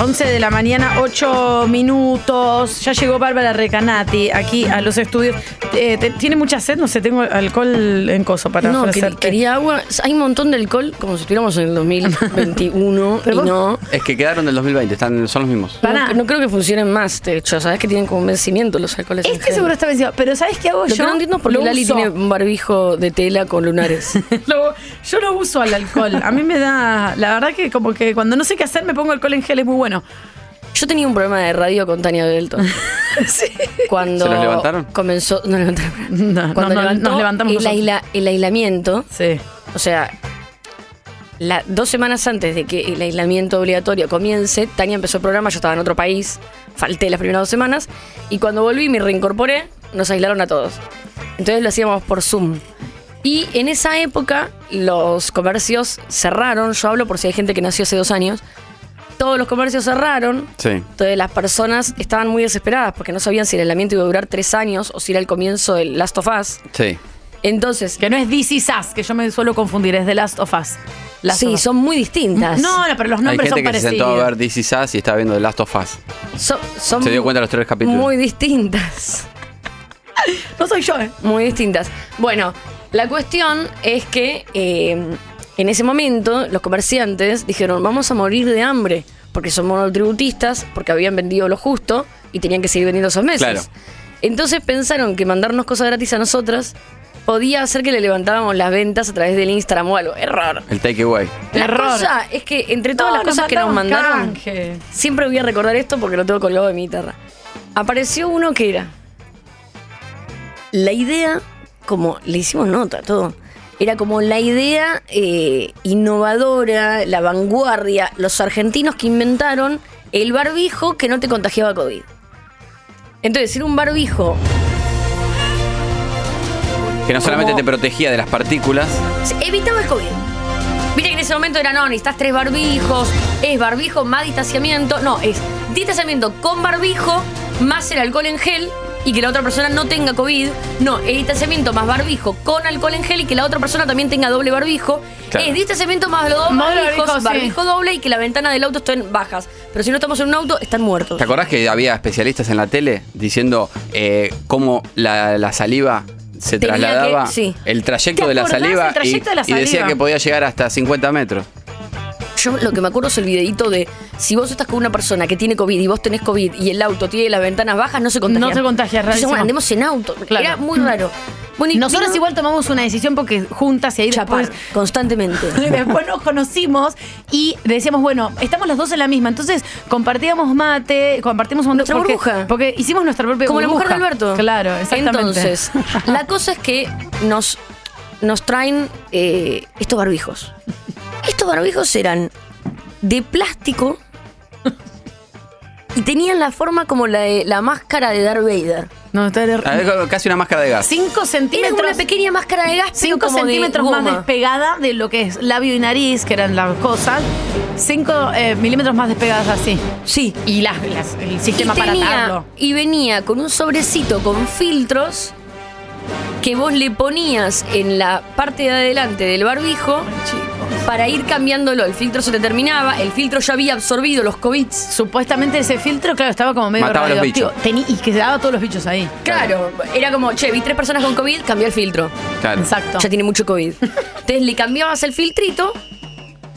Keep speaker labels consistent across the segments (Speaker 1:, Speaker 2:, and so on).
Speaker 1: 11 de la mañana, 8 minutos. Ya llegó Bárbara Recanati aquí a los estudios. Eh, te- ¿Tiene mucha sed? No sé, tengo alcohol en coso para
Speaker 2: No, que-
Speaker 1: ofrecerte.
Speaker 2: quería agua. Hay un montón de alcohol, como si estuviéramos en el 2021 y
Speaker 1: Pero vos-
Speaker 2: no.
Speaker 3: Es que quedaron del 2020, están, son los mismos.
Speaker 1: Pará.
Speaker 2: No, no creo que funcionen más, de hecho. Sabes que tienen como un vencimiento los alcoholes. en
Speaker 1: Este
Speaker 2: general.
Speaker 1: seguro está vencido, pero ¿sabes qué hago
Speaker 2: Lo
Speaker 1: yo?
Speaker 2: que no entiendo es por
Speaker 1: Lo
Speaker 2: qué Lali
Speaker 1: uso.
Speaker 2: tiene un barbijo de tela con lunares.
Speaker 1: Lo- yo no uso al alcohol. A mí me da. La verdad que, como que cuando no sé qué hacer, me pongo alcohol en gel, es muy bueno.
Speaker 2: Yo tenía un programa de radio con Tania Belton.
Speaker 1: Sí.
Speaker 2: Cuando
Speaker 3: ¿Se los levantaron?
Speaker 2: Comenzó. No levantaron.
Speaker 1: No,
Speaker 2: cuando
Speaker 1: no, no,
Speaker 2: levantó
Speaker 1: nos levantamos
Speaker 2: el,
Speaker 1: nosotros.
Speaker 2: aisla- el aislamiento.
Speaker 1: Sí.
Speaker 2: O sea, la- dos semanas antes de que el aislamiento obligatorio comience, Tania empezó el programa, yo estaba en otro país, falté las primeras dos semanas, y cuando volví y me reincorporé, nos aislaron a todos. Entonces lo hacíamos por Zoom. Y en esa época los comercios cerraron, yo hablo por si hay gente que nació hace dos años, todos los comercios cerraron,
Speaker 3: Sí.
Speaker 2: entonces las personas estaban muy desesperadas porque no sabían si el aislamiento iba a durar tres años o si era el comienzo del Last of Us.
Speaker 3: Sí.
Speaker 2: Entonces,
Speaker 1: Que no es DC Sass, que yo me suelo confundir, es The Last of Us. Last
Speaker 2: sí,
Speaker 1: of Us.
Speaker 2: son muy distintas.
Speaker 1: No, no, pero los
Speaker 3: Hay
Speaker 1: nombres
Speaker 3: gente
Speaker 1: son
Speaker 3: que se
Speaker 1: parecidos.
Speaker 3: sentó a ver DC Sass y está viendo The Last of Us.
Speaker 2: So- son
Speaker 3: Se dio cuenta de los tres capítulos.
Speaker 2: Muy distintas.
Speaker 1: No soy yo, ¿eh?
Speaker 2: Muy distintas. Bueno, la cuestión es que eh, en ese momento los comerciantes dijeron: Vamos a morir de hambre porque son monotributistas, porque habían vendido lo justo y tenían que seguir vendiendo esos meses.
Speaker 3: Claro.
Speaker 2: Entonces pensaron que mandarnos cosas gratis a nosotras podía hacer que le levantáramos las ventas a través del Instagram o algo. Error.
Speaker 3: El takeaway.
Speaker 2: La
Speaker 1: Error.
Speaker 2: cosa es que entre todas
Speaker 1: No,
Speaker 2: las cosas que nos mandaron,
Speaker 1: canje.
Speaker 2: siempre voy a recordar esto porque lo tengo colgado de mi guitarra. Apareció uno que era. La idea, como le hicimos nota, todo. Era como la idea eh, innovadora, la vanguardia, los argentinos que inventaron el barbijo que no te contagiaba COVID. Entonces, era un barbijo
Speaker 3: Que no solamente
Speaker 2: Como-
Speaker 3: te protegía de las partículas.
Speaker 2: Sí, Evitaba el COVID. Viste que en ese momento era, no, necesitas tres barbijos, es barbijo más distanciamiento. No, es distanciamiento con barbijo más el alcohol en gel y que la otra persona no tenga COVID. No, es distanciamiento más barbijo con alcohol en gel y que la otra persona también tenga doble barbijo.
Speaker 3: Claro.
Speaker 2: Es distanciamiento más los dos
Speaker 1: Más
Speaker 2: barbijos,
Speaker 1: barbijo, sí.
Speaker 2: barbijo doble y que la ventana del auto estén bajas. Pero si no estamos en un auto, están muertos.
Speaker 3: ¿Te acordás que había especialistas en la tele diciendo eh, cómo la, la saliva se
Speaker 2: Tenía
Speaker 3: trasladaba?
Speaker 2: que- sí.
Speaker 3: El trayecto,
Speaker 1: ¿Te
Speaker 3: de la,
Speaker 1: acordás del
Speaker 3: saliva
Speaker 1: trayecto
Speaker 3: y,
Speaker 1: de la
Speaker 3: y decía
Speaker 1: saliva?
Speaker 3: que podía llegar hasta 50 metros.
Speaker 2: Yo lo que me acuerdo es el videito de si vos estás con una persona que tiene COVID y vos tenés COVID y el auto tiene las ventanas bajas, no se contagia.
Speaker 1: No se contagia,
Speaker 2: Entonces,
Speaker 1: rarísimo.
Speaker 2: bueno, andemos en auto.
Speaker 1: Claro.
Speaker 2: Era muy raro. Bueno, y
Speaker 1: Nosotros
Speaker 2: vino
Speaker 1: igual tomamos una decisión porque juntas y ahí
Speaker 2: chapar
Speaker 1: después
Speaker 2: constantemente.
Speaker 1: Y después nos conocimos y decíamos, bueno, estamos las dos en la misma. Entonces compartíamos mate, compartimos un montón-
Speaker 2: Nuestra
Speaker 1: porque,
Speaker 2: burbuja.
Speaker 1: Porque hicimos nuestra propia
Speaker 2: Como la mujer de
Speaker 1: burbuja.
Speaker 2: Alberto.
Speaker 1: Claro, exactamente.
Speaker 2: Entonces, la cosa es que nos, nos traen eh, estos barbijos. Estos barbijos eran de plástico y tenían la forma como la de la máscara de Darth Vader.
Speaker 1: No, está de- Ah.
Speaker 3: A ver, casi una máscara de gas.
Speaker 1: 5
Speaker 2: Era como una
Speaker 1: centímetros.
Speaker 2: pequeña máscara de gas, pero
Speaker 1: 5
Speaker 2: como de
Speaker 1: centímetros más
Speaker 2: goma.
Speaker 1: despegada de lo que es labio y nariz, que eran las cosas. 5 milímetros más despegadas así.
Speaker 2: Sí.
Speaker 1: Y las, las- el sistema
Speaker 2: y,
Speaker 1: para
Speaker 2: tenía-
Speaker 1: atarlo.
Speaker 2: y venía con un sobrecito con filtros que vos le ponías en la parte de adelante del barbijo para ir cambiándolo. El filtro se te terminaba, el filtro ya había absorbido los COVID.
Speaker 1: Supuestamente ese filtro, claro, estaba como medio
Speaker 3: Mataba a los
Speaker 1: radioactivo.
Speaker 3: bichos.
Speaker 1: Tení- y que se daba todos los bichos ahí.
Speaker 2: Claro, era como, che, vi tres personas con COVID, cambié el filtro.
Speaker 3: Claro.
Speaker 1: Exacto.
Speaker 2: Ya tiene mucho COVID. Entonces le cambiabas el filtrito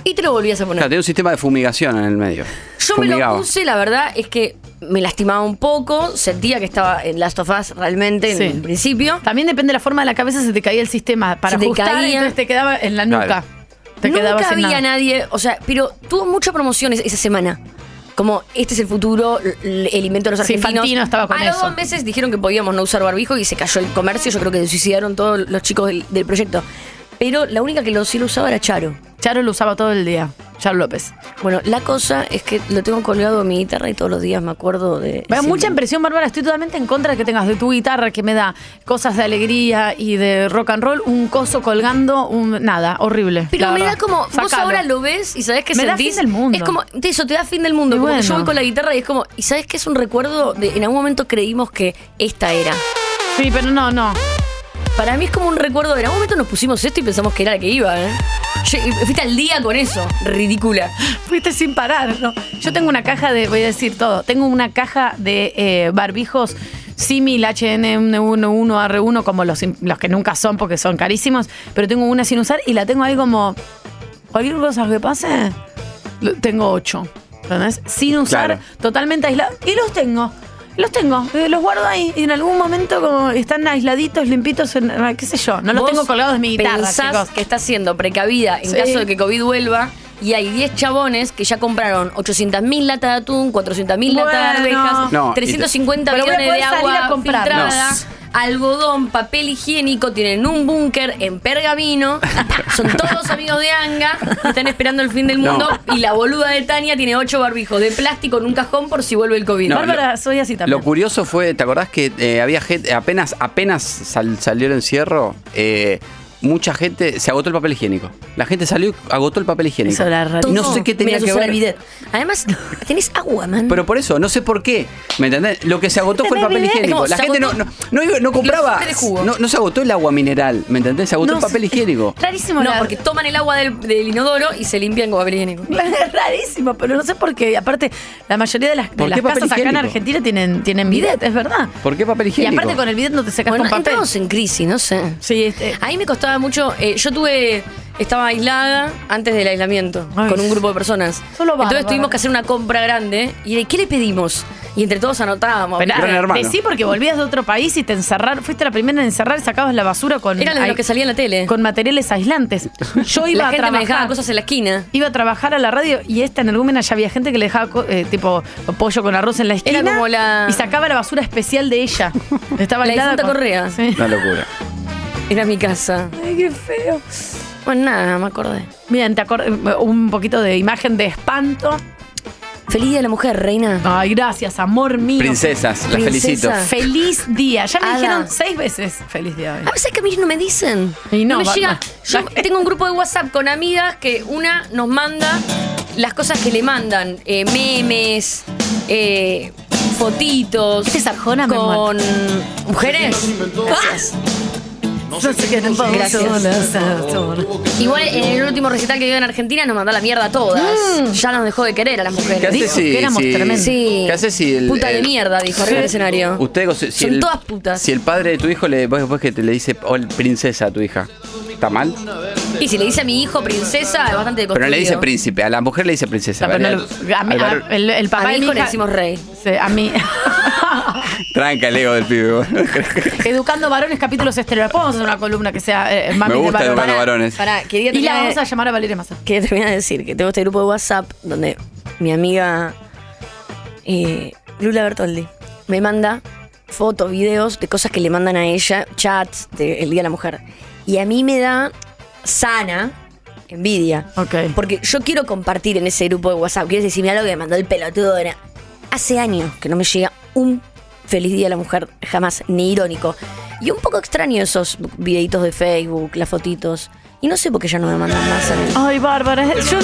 Speaker 2: y te lo volvías a poner.
Speaker 3: Claro, tenía un sistema de fumigación en el medio.
Speaker 2: Yo me
Speaker 3: Fumigaba.
Speaker 2: lo puse, la verdad es que me lastimaba un poco, sentía que estaba en Last of Us realmente
Speaker 1: Sí.
Speaker 2: en el principio.
Speaker 1: También depende de la forma de la cabeza, se te caía el sistema. Para
Speaker 2: Se te
Speaker 1: ajustar,
Speaker 2: caía.
Speaker 1: entonces te quedaba en la nuca.
Speaker 3: Claro.
Speaker 1: Te
Speaker 2: Nunca
Speaker 1: quedabas en
Speaker 2: había
Speaker 1: nada.
Speaker 2: nadie, o sea, pero tuvo mucha promoción esa- esa semana. Como, este es el futuro, l- l- el invento de los
Speaker 1: Sí,
Speaker 2: argentinos.
Speaker 1: Fantino estaba con
Speaker 2: A los
Speaker 1: eso.
Speaker 2: dos meses dijeron que podíamos no usar barbijo y se cayó el comercio. Yo creo que se suicidaron todos los chicos del, del proyecto. Pero la única que lo sí lo usaba era Charo.
Speaker 1: Charo lo usaba todo el día. Charo López.
Speaker 2: Bueno, la cosa es que lo tengo colgado en mi guitarra y todos los días me acuerdo de...
Speaker 1: Me da
Speaker 2: sí.
Speaker 1: mucha impresión, Bárbara. Estoy totalmente en contra de que tengas de tu guitarra, que me da cosas de alegría y de rock and roll, un coso colgando, un nada, horrible.
Speaker 2: Pero
Speaker 1: la
Speaker 2: me da
Speaker 1: verdad.
Speaker 2: como, vos
Speaker 1: Sacalo.
Speaker 2: ahora lo ves y sabés que
Speaker 1: Me da
Speaker 2: sentís-
Speaker 1: fin del mundo.
Speaker 2: Es como, te- eso te da fin del mundo.
Speaker 1: Y
Speaker 2: como que
Speaker 1: bueno.
Speaker 2: Yo voy con la guitarra y es como, y sabés que es un recuerdo de, en algún momento creímos que esta era.
Speaker 1: Sí, pero no, no.
Speaker 2: Para mí es como un recuerdo de en algún momento nos pusimos esto y pensamos que era la que iba, ¿eh? Che, Fuiste al día con eso. Ridícula.
Speaker 1: Fuiste sin parar, ¿no? Yo tengo una caja de, voy a decir todo, tengo una caja de eh, barbijos símil HN1, R1, como los, los que nunca son porque son carísimos, pero tengo una sin usar y la tengo ahí como, cualquier cosa que pase, lo- tengo ocho, ¿entendés? Sin usar,
Speaker 3: Claro.
Speaker 1: totalmente aislado. Y los tengo. Los tengo, eh, los guardo ahí y en algún momento como están aisladitos, limpitos, en- ah, qué sé yo. No los
Speaker 2: Vos
Speaker 1: tengo colgados de mi guitarra,
Speaker 2: pensás
Speaker 1: chicos.
Speaker 2: que está siendo precavida en
Speaker 1: Sí.
Speaker 2: caso de que COVID vuelva y hay 10 chabones que ya compraron 800.000 latas de atún, 400.000 latas de
Speaker 1: Bueno.
Speaker 2: arvejas,
Speaker 3: No, y te-
Speaker 2: 350
Speaker 1: Pero voy a
Speaker 2: millones de
Speaker 1: poder salir a
Speaker 2: agua
Speaker 1: comprarlos.
Speaker 2: filtrada, algodón, papel higiénico, tienen un búnker en pergamino, son todos amigos de Anga, están esperando el fin del
Speaker 3: No.
Speaker 2: mundo y la boluda de Tania tiene 8 barbijos de plástico en un cajón por si vuelve el COVID.
Speaker 3: No,
Speaker 1: Bárbara,
Speaker 3: lo-
Speaker 1: soy así también.
Speaker 3: Lo curioso fue, ¿te acordás que eh, había gente, apenas, apenas sal- salió el encierro, eh, mucha gente se agotó el papel higiénico. La gente salió y agotó el papel higiénico.
Speaker 1: Eso la radio.
Speaker 2: Todo.
Speaker 3: no sé qué
Speaker 2: Mirá,
Speaker 3: tenía que
Speaker 2: sos una
Speaker 3: ver.
Speaker 2: bidet. Además, tenés agua, man.
Speaker 3: Pero por eso, no sé por qué. ¿Me entendés? Lo que se agotó fue el papel
Speaker 2: También,
Speaker 3: higiénico.
Speaker 2: ¿cómo?
Speaker 3: La
Speaker 2: Se
Speaker 3: gente no,
Speaker 2: agotó-
Speaker 3: no, no iba- no compraba.
Speaker 2: siempre de jugo.
Speaker 3: No, no se agotó el agua mineral. ¿Me entendés? Se agotó
Speaker 1: No,
Speaker 3: el papel
Speaker 1: sí.
Speaker 3: higiénico.
Speaker 1: Rarísimo,
Speaker 2: no,
Speaker 1: la-
Speaker 2: porque toman el agua del, del inodoro y se limpian con papel higiénico.
Speaker 1: Es rarísimo, pero no sé por qué. Aparte, la mayoría de las, de
Speaker 3: ¿Por
Speaker 1: las
Speaker 3: qué papel
Speaker 1: casas acá en
Speaker 3: higiénico?
Speaker 1: Argentina tienen, tienen bidet, es verdad.
Speaker 3: ¿Por qué papel
Speaker 1: Y
Speaker 3: higiénico?
Speaker 1: aparte con el bidet no te sacas
Speaker 2: Bueno,
Speaker 1: con papel.
Speaker 2: entramos en crisis, no sé.
Speaker 1: Sí, este,
Speaker 2: A mí me costaba mucho. eh, yo tuve. Estaba aislada antes del aislamiento
Speaker 1: Ay,
Speaker 2: con un
Speaker 1: sí.
Speaker 2: grupo de personas.
Speaker 1: Solo bárbaro.
Speaker 2: Entonces tuvimos que hacer una compra grande. ¿Y de qué le pedimos? Y entre todos anotábamos.
Speaker 1: pero,
Speaker 3: Gran
Speaker 1: ah,
Speaker 3: hermano.
Speaker 1: decí porque volvías de otro país y te encerraron. Fuiste la primera en encerrar y sacabas la basura con,
Speaker 2: Era lo de lo
Speaker 1: ai-
Speaker 2: que salía en la tele.
Speaker 1: con materiales aislantes. Yo iba
Speaker 2: la
Speaker 1: a
Speaker 2: gente
Speaker 1: trabajar.
Speaker 2: me dejaba cosas en la esquina.
Speaker 1: Iba a trabajar a la radio y esta en el Gúmena ya había gente que le dejaba co- eh, tipo pollo con arroz en la esquina
Speaker 2: como la-
Speaker 1: y sacaba la basura especial de ella. Estaba
Speaker 2: La
Speaker 1: aislada
Speaker 2: difunta
Speaker 1: con-
Speaker 2: Correa.
Speaker 1: Sí.
Speaker 3: Una locura.
Speaker 2: Era mi casa.
Speaker 1: Ay, qué feo.
Speaker 2: Bueno, nada, me acordé.
Speaker 1: Miren, te acor- un poquito de imagen de espanto.
Speaker 2: Feliz Día de la Mujer, reina.
Speaker 1: Ay, gracias, amor mío.
Speaker 3: Princesas, las felicito.
Speaker 2: Princesa.
Speaker 1: Feliz día. Ya me
Speaker 2: Ada.
Speaker 1: dijeron seis veces feliz día hoy.
Speaker 2: A veces Ah, pues que a mí no me dicen.
Speaker 1: Y no,
Speaker 2: me
Speaker 1: va-
Speaker 2: llega.
Speaker 1: va-
Speaker 2: Yo
Speaker 1: va-
Speaker 2: tengo un grupo de WhatsApp con amigas que una nos manda las cosas que le mandan. eh, memes, eh, fotitos.
Speaker 1: Este es Arjona, me
Speaker 2: Con mujeres. Ah. Gracias.
Speaker 1: No sé qué tiempo
Speaker 2: Gracias.
Speaker 1: son.
Speaker 2: Igual en el último recital que dio en Argentina nos mandó la mierda a todas.
Speaker 1: Mm.
Speaker 2: Ya nos dejó de querer a las
Speaker 3: ¿Qué
Speaker 2: mujeres.
Speaker 3: hace
Speaker 1: Dijo
Speaker 3: si,
Speaker 1: que éramos
Speaker 3: si-
Speaker 1: tremendos.
Speaker 2: Sí.
Speaker 3: ¿Qué hace si el.
Speaker 2: Puta de
Speaker 3: el-
Speaker 2: mierda, dijo arriba del escenario.
Speaker 3: Usted, o si, si
Speaker 2: Son
Speaker 3: el-
Speaker 2: todas putas.
Speaker 3: Si el padre de tu hijo le, vos después que te le dice "Hola, princesa a tu hija, ¿está mal?
Speaker 2: Y si le dice a mi hijo princesa, es bastante
Speaker 3: Pero no le dice
Speaker 2: deconstruido.
Speaker 3: príncipe, a la mujer le dice princesa. ¿verdad? Al varón-
Speaker 1: el, el papá
Speaker 2: A mi
Speaker 1: de mi
Speaker 2: e hijo le
Speaker 1: hija-
Speaker 2: decimos rey.
Speaker 1: Sí, a mí.
Speaker 3: Tranca el ego del pibe. vos.
Speaker 1: Educando varones, capítulos estelares. Podemos hacer una columna que sea eh, mami
Speaker 3: Me gusta
Speaker 1: de
Speaker 3: educando
Speaker 1: varón.
Speaker 3: varones.
Speaker 2: Pará, quería
Speaker 1: Y la
Speaker 2: terminar-
Speaker 1: vamos a llamar a Valeria Massa.
Speaker 2: que termina de decir que tengo este grupo de WhatsApp donde mi amiga eh, Lula Bertoldi me manda fotos, videos de cosas que le mandan a ella, chats del Día de la Mujer. Y a mí me da sana envidia.
Speaker 1: Ok.
Speaker 2: Porque yo quiero compartir en ese grupo de WhatsApp. Quieres decirme algo que me mandó el pelotudo. Era, Hace años que no me llega un feliz día a la mujer, jamás, ni irónico. Y un poco extraño esos videitos de Facebook, las fotitos. Y no sé por qué ya no me mandan más a mí.
Speaker 1: Ay, Bárbara. yo-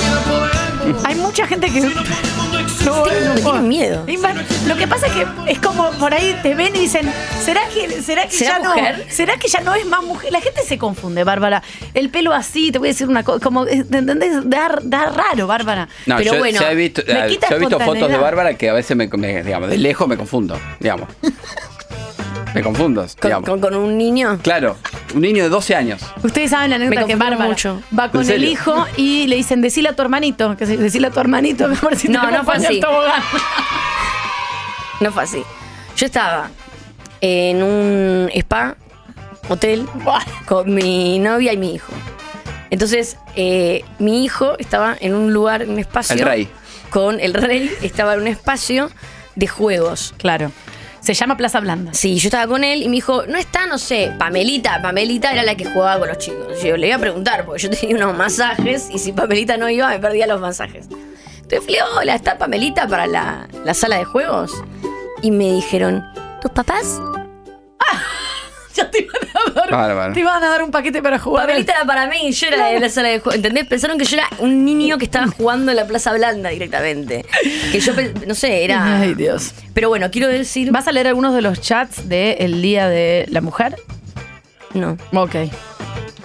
Speaker 1: hay mucha gente que. No,
Speaker 2: Tienen-
Speaker 1: no,
Speaker 2: tienen
Speaker 1: no.
Speaker 2: miedo.
Speaker 1: Invan- Lo que pasa es que es como por ahí te ven y dicen, ¿será que, será que
Speaker 2: ¿Será
Speaker 1: ya
Speaker 2: mujer?
Speaker 1: no? ¿Será que ya no es más mujer? La gente se confunde, Bárbara. El pelo así, te voy a decir una cosa, como, eh, ¿te entendés? Da, da raro, Bárbara.
Speaker 3: No,
Speaker 1: Pero
Speaker 3: yo,
Speaker 1: bueno,
Speaker 3: ya he visto,
Speaker 1: le
Speaker 3: ah,
Speaker 1: quita
Speaker 3: yo he visto fotos de
Speaker 1: espontaneidad.
Speaker 3: Bárbara que a veces me, me- digamos, de lejos me confundo, digamos. me confundo,
Speaker 2: ¿Con,
Speaker 3: digamos.
Speaker 2: con- con un niño?
Speaker 3: Claro, un niño de 12 años.
Speaker 1: Ustedes saben la anécdota que
Speaker 2: confundieron
Speaker 1: Bárbara
Speaker 2: mucho.
Speaker 1: va con
Speaker 3: ¿En
Speaker 1: el
Speaker 3: serio?
Speaker 1: hijo y le dicen, decile a tu hermanito, que se- decile a tu hermanito, mejor si
Speaker 2: No,
Speaker 1: te
Speaker 2: no fue
Speaker 1: acompaña
Speaker 2: así.
Speaker 1: el tobogán.
Speaker 2: No fue así. Yo estaba en un spa, hotel, con mi novia y mi hijo. Entonces, eh, mi hijo estaba en un lugar, en un espacio.
Speaker 3: El rey.
Speaker 2: Con el rey, estaba en un espacio de juegos.
Speaker 1: Claro. Se llama Plaza Blanda.
Speaker 2: Sí, yo estaba con él y me dijo, no está, no sé, Pamelita. Pamelita era la que jugaba con los chicos. Yo le iba a preguntar, porque yo tenía unos masajes y si Pamelita no iba, me perdía los masajes. Entonces fui, hola, ¿está Pamelita para la, la sala de juegos? Y me dijeron, ¿tus papás?
Speaker 1: Ya te iban a dar,
Speaker 3: Bárbara.
Speaker 1: te iban a dar un paquete para jugar.
Speaker 2: Pamelita era para mí y yo era de la sala de juegos. ¿Entendés? Pensaron que yo era un niño que estaba jugando en la Plaza Blanda directamente. Que yo, pe- no sé, era...
Speaker 1: Ay, Dios.
Speaker 2: Pero bueno, quiero decir...
Speaker 1: ¿Vas a leer algunos de los chats del Día de la Mujer?
Speaker 2: No.
Speaker 1: Ok.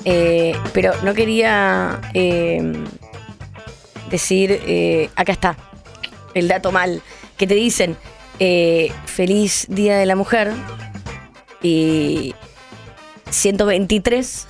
Speaker 2: eh, pero no quería eh, decir, eh, acá está, el dato mal, que te dicen, eh, feliz Día de la Mujer y 123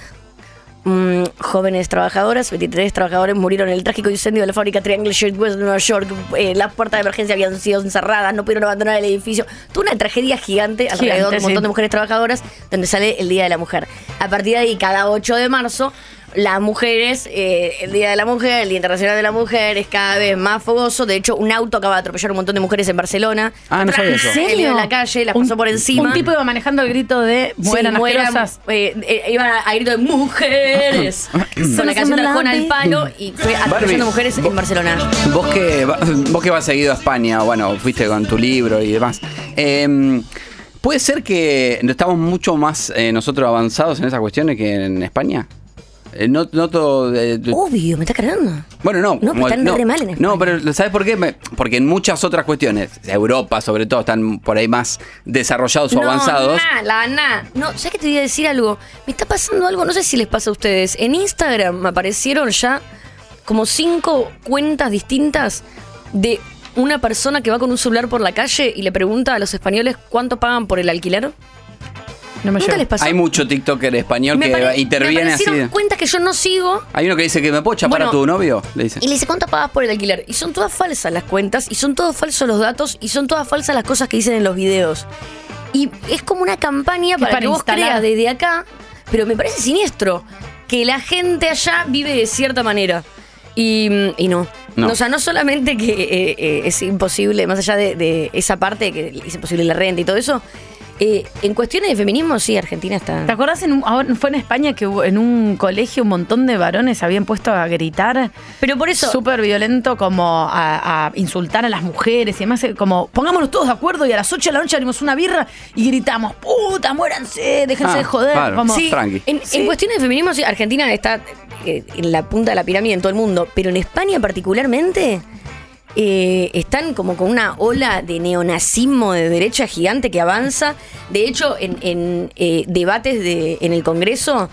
Speaker 2: mm, jóvenes trabajadoras, 23 trabajadores murieron en el trágico incendio de la fábrica Triangle Shirt West de Nueva York. Eh, las puertas de emergencia habían sido encerradas, no pudieron abandonar el edificio. Tuvo una tragedia gigante alrededor de un
Speaker 1: sí.
Speaker 2: montón de mujeres trabajadoras donde sale el Día de la Mujer. A partir de ahí, cada 8 de marzo, las mujeres, eh, el Día de la Mujer, el Día Internacional de la Mujer es cada vez más fogoso. De hecho, un auto acaba de atropellar a un montón de mujeres en Barcelona.
Speaker 3: Ah, no sabía
Speaker 2: ¿En
Speaker 3: eso.
Speaker 2: serio? Salió en la calle, las
Speaker 1: Un-
Speaker 2: pasó por encima.
Speaker 1: Un tipo iba manejando el grito de
Speaker 2: Sí,
Speaker 1: mueran
Speaker 2: mueran,
Speaker 1: asquerosas.
Speaker 2: eh, eh, iban a, a grito de mujeres. Con la
Speaker 1: Somos
Speaker 2: canción de Arjona al
Speaker 1: adelante.
Speaker 2: palo y fue atropellando
Speaker 3: Barbie,
Speaker 2: mujeres
Speaker 3: vos-
Speaker 2: en Barcelona.
Speaker 3: Vos que, va- vos que vas seguido a España, bueno, fuiste con tu libro y demás. eh, ¿Puede ser que estamos mucho más eh, nosotros avanzados en esas cuestiones que en España? Eh, no, noto, eh, tu-
Speaker 2: Obvio, me está cargando.
Speaker 3: Bueno, no.
Speaker 2: Uh, pero
Speaker 3: como-
Speaker 2: están re mal en España.
Speaker 3: No, pero ¿sabes por qué? Me- Porque en muchas otras cuestiones, Europa sobre todo, están por ahí más desarrollados o avanzados.
Speaker 2: na, la na. No, ya que te voy a decir algo. Me está pasando algo, no sé si les pasa a ustedes. En Instagram me aparecieron ya como cinco cuentas distintas de una persona que va con un celular por la calle y le pregunta a los españoles cuánto pagan por el alquiler.
Speaker 1: No me
Speaker 2: ¿Nunca
Speaker 1: llegó.
Speaker 2: les pasó?
Speaker 3: Hay mucho TikToker español
Speaker 2: Me
Speaker 3: que
Speaker 2: pare- me
Speaker 3: interviene así.
Speaker 2: aparecieron cuentas que yo no sigo
Speaker 3: Hay uno que dice que me puedo chapar
Speaker 2: Bueno.
Speaker 3: a tu novio. Le dice.
Speaker 2: Y le dice, ¿cuánto pagas por el alquiler? Y son todas falsas las cuentas, y son todos falsos los datos, y son todas falsas las cosas que dicen en los videos. Y es como una campaña
Speaker 1: Que
Speaker 2: para,
Speaker 1: para
Speaker 2: que vos
Speaker 1: instalar.
Speaker 2: creas desde acá, pero me parece siniestro que la gente allá vive de cierta manera. Y, mm, y no.
Speaker 3: No.
Speaker 2: O sea, no solamente que eh, eh, es imposible, más allá de, de esa parte, que es imposible la renta y todo eso, eh, en cuestiones de feminismo, sí, Argentina está...
Speaker 1: ¿Te acordás? En un- ahora fue en España que hubo- en un colegio un montón de varones habían puesto a gritar.
Speaker 2: Pero por eso...
Speaker 1: Súper violento, como a, a insultar a las mujeres y demás. eh, Como, pongámonos todos de acuerdo y a las 8 de la noche abrimos una birra y gritamos, puta, muéranse, déjense
Speaker 3: Ah,
Speaker 1: de joder.
Speaker 3: claro.
Speaker 1: Como,
Speaker 3: Sí. Tranqui.
Speaker 2: En, en cuestiones de feminismo, sí, Argentina está eh, en la punta de la pirámide en todo el mundo, pero en España particularmente eh, están como con una ola de neonazismo de derecha gigante que avanza. De hecho, en, en, eh, debates de, en el Congreso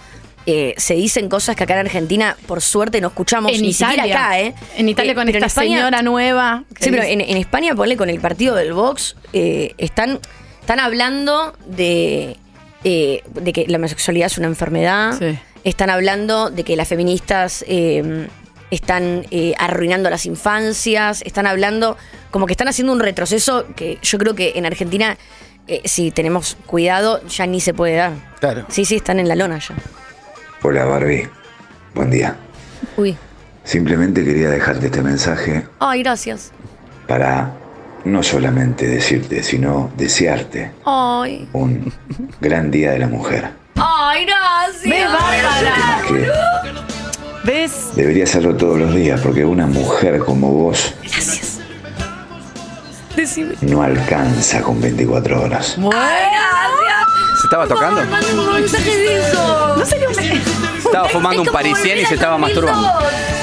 Speaker 2: eh, se dicen cosas que acá en Argentina, por suerte, no escuchamos
Speaker 1: en
Speaker 2: ni siquiera
Speaker 1: Italia.
Speaker 2: acá, ¿eh?
Speaker 1: En Italia
Speaker 2: Eh,
Speaker 1: con
Speaker 2: pero en
Speaker 1: esta
Speaker 2: España-
Speaker 1: señora nueva. que
Speaker 2: Sí, pero
Speaker 1: dice-
Speaker 2: en, en España, ponle con el partido del Vox, eh, están, están hablando de, eh, de que la homosexualidad es una enfermedad.
Speaker 1: Sí.
Speaker 2: Están hablando de que las feministas eh, están eh, arruinando las infancias. Están hablando, como que están haciendo un retroceso que yo creo que en Argentina, eh, si tenemos cuidado, ya ni se puede dar.
Speaker 3: Claro.
Speaker 2: Sí, sí, están en la lona ya.
Speaker 4: Hola Barbie, buen día.
Speaker 2: Uy.
Speaker 4: Simplemente quería dejarte este mensaje
Speaker 2: Ay, gracias.
Speaker 4: para no solamente decirte, sino desearte
Speaker 2: Ay.
Speaker 4: un gran día de la mujer.
Speaker 2: Ay, gracias.
Speaker 1: ¡Ve, Bárbara!
Speaker 4: Que
Speaker 1: ¿Ves?
Speaker 4: debería hacerlo todos los días porque una mujer como vos
Speaker 2: Gracias. Decime.
Speaker 4: no alcanza con 24 horas.
Speaker 3: ¿Se estaba tocando?
Speaker 1: No sería un.
Speaker 3: Estaba fumando un parisien y se estaba masturbando.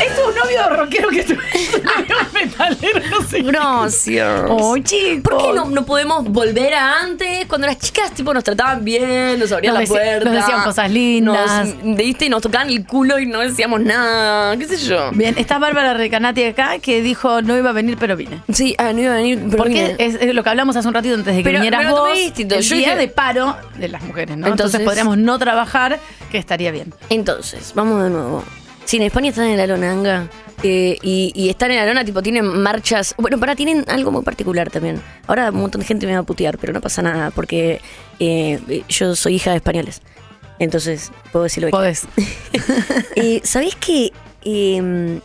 Speaker 1: Es tu novio rockero que tu tu novio
Speaker 2: Ah.
Speaker 1: metalero, no sé.
Speaker 2: Gracias.
Speaker 1: Oh, chicos.
Speaker 2: ¿Por qué no, no podemos volver a antes? Cuando las chicas tipo nos trataban bien, nos abrían
Speaker 1: Nos
Speaker 2: la
Speaker 1: decí-
Speaker 2: puerta.
Speaker 1: nos decían cosas lindas.
Speaker 2: Nos, ¿viste? nos tocaban el culo y no decíamos nada. ¿Qué sé yo?
Speaker 1: Bien, está Bárbara Recanati acá que dijo no iba a venir, pero vine.
Speaker 2: Sí, ah, no iba a venir. pero
Speaker 1: Porque
Speaker 2: vine.
Speaker 1: es, es lo que hablamos hace un ratito antes de que
Speaker 2: Pero
Speaker 1: vinieras
Speaker 2: me lo tomé
Speaker 1: vos.
Speaker 2: distinto.
Speaker 1: El
Speaker 2: Yo
Speaker 1: día
Speaker 2: dije-
Speaker 1: de paro de las mujeres, ¿no? Entonces,
Speaker 2: Entonces-
Speaker 1: podríamos no trabajar, que estaría bien.
Speaker 2: Entonces, vamos de nuevo. Si en España están en la lonanga eh, y, y están en la lona, tipo, tienen marchas. Bueno, para, tienen algo muy particular también. Ahora un montón de gente me va a putear, pero no pasa nada porque eh, eh, yo soy hija de españoles. Entonces, puedo decirlo aquí.
Speaker 1: Podés.
Speaker 2: Eh, ¿Sabés que eh,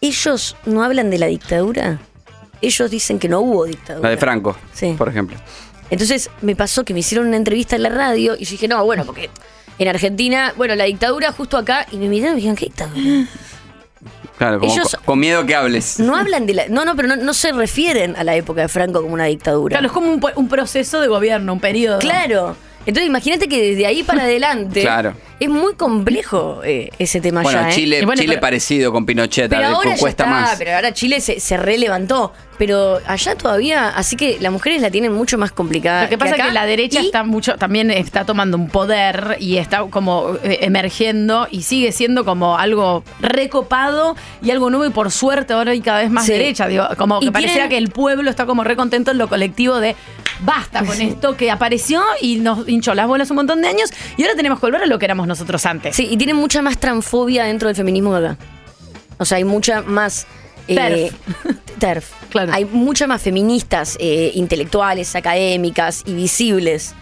Speaker 2: ellos no hablan de la dictadura? Ellos dicen que no hubo dictadura.
Speaker 3: La de Franco,
Speaker 2: Sí.
Speaker 3: por ejemplo.
Speaker 2: Entonces me pasó que me hicieron una entrevista en la radio y yo dije, no, bueno, porque en Argentina, bueno, la dictadura justo acá, y me miraron y me dijeron, ¿qué dictadura?
Speaker 3: Claro, como
Speaker 2: Ellos-
Speaker 3: con- con miedo que hables.
Speaker 2: No hablan de la. No, no, pero no, no se refieren a la época de Franco como una dictadura.
Speaker 1: Claro, es como un, po- un proceso de gobierno, un periodo.
Speaker 2: Claro. Entonces imagínate que desde ahí para adelante
Speaker 3: Claro.
Speaker 2: es muy complejo eh, ese tema
Speaker 3: Bueno,
Speaker 2: ya. ¿eh?
Speaker 3: Chile,
Speaker 1: Y bueno,
Speaker 3: Chile
Speaker 1: pero-
Speaker 3: parecido con Pinochet,
Speaker 2: Pero
Speaker 3: a ver,
Speaker 2: ahora, ya
Speaker 3: cuesta
Speaker 2: está,
Speaker 3: más.
Speaker 2: pero ahora Chile se, se relevantó. Pero allá todavía, así que las mujeres la tienen mucho más complicada.
Speaker 1: Lo que pasa es
Speaker 2: Ah, acá.
Speaker 1: que la derecha
Speaker 2: Y
Speaker 1: está mucho, también está tomando un poder y está como eh, emergiendo y sigue siendo como algo recopado y algo nuevo y por suerte ahora hay cada vez más
Speaker 2: Sí.
Speaker 1: derecha. Digo, como que
Speaker 2: Y
Speaker 1: pareciera
Speaker 2: tienen-
Speaker 1: que el pueblo está como recontento en lo colectivo de basta con esto que apareció y nos hinchó las bolas un montón de años y ahora tenemos que volver a lo que éramos nosotros antes.
Speaker 2: Sí, y tienen mucha más transfobia dentro del feminismo que acá. O sea, hay mucha más. eh,
Speaker 1: Terf.
Speaker 2: terf.
Speaker 1: Claro.
Speaker 2: Hay muchas más feministas eh, intelectuales, académicas y visibles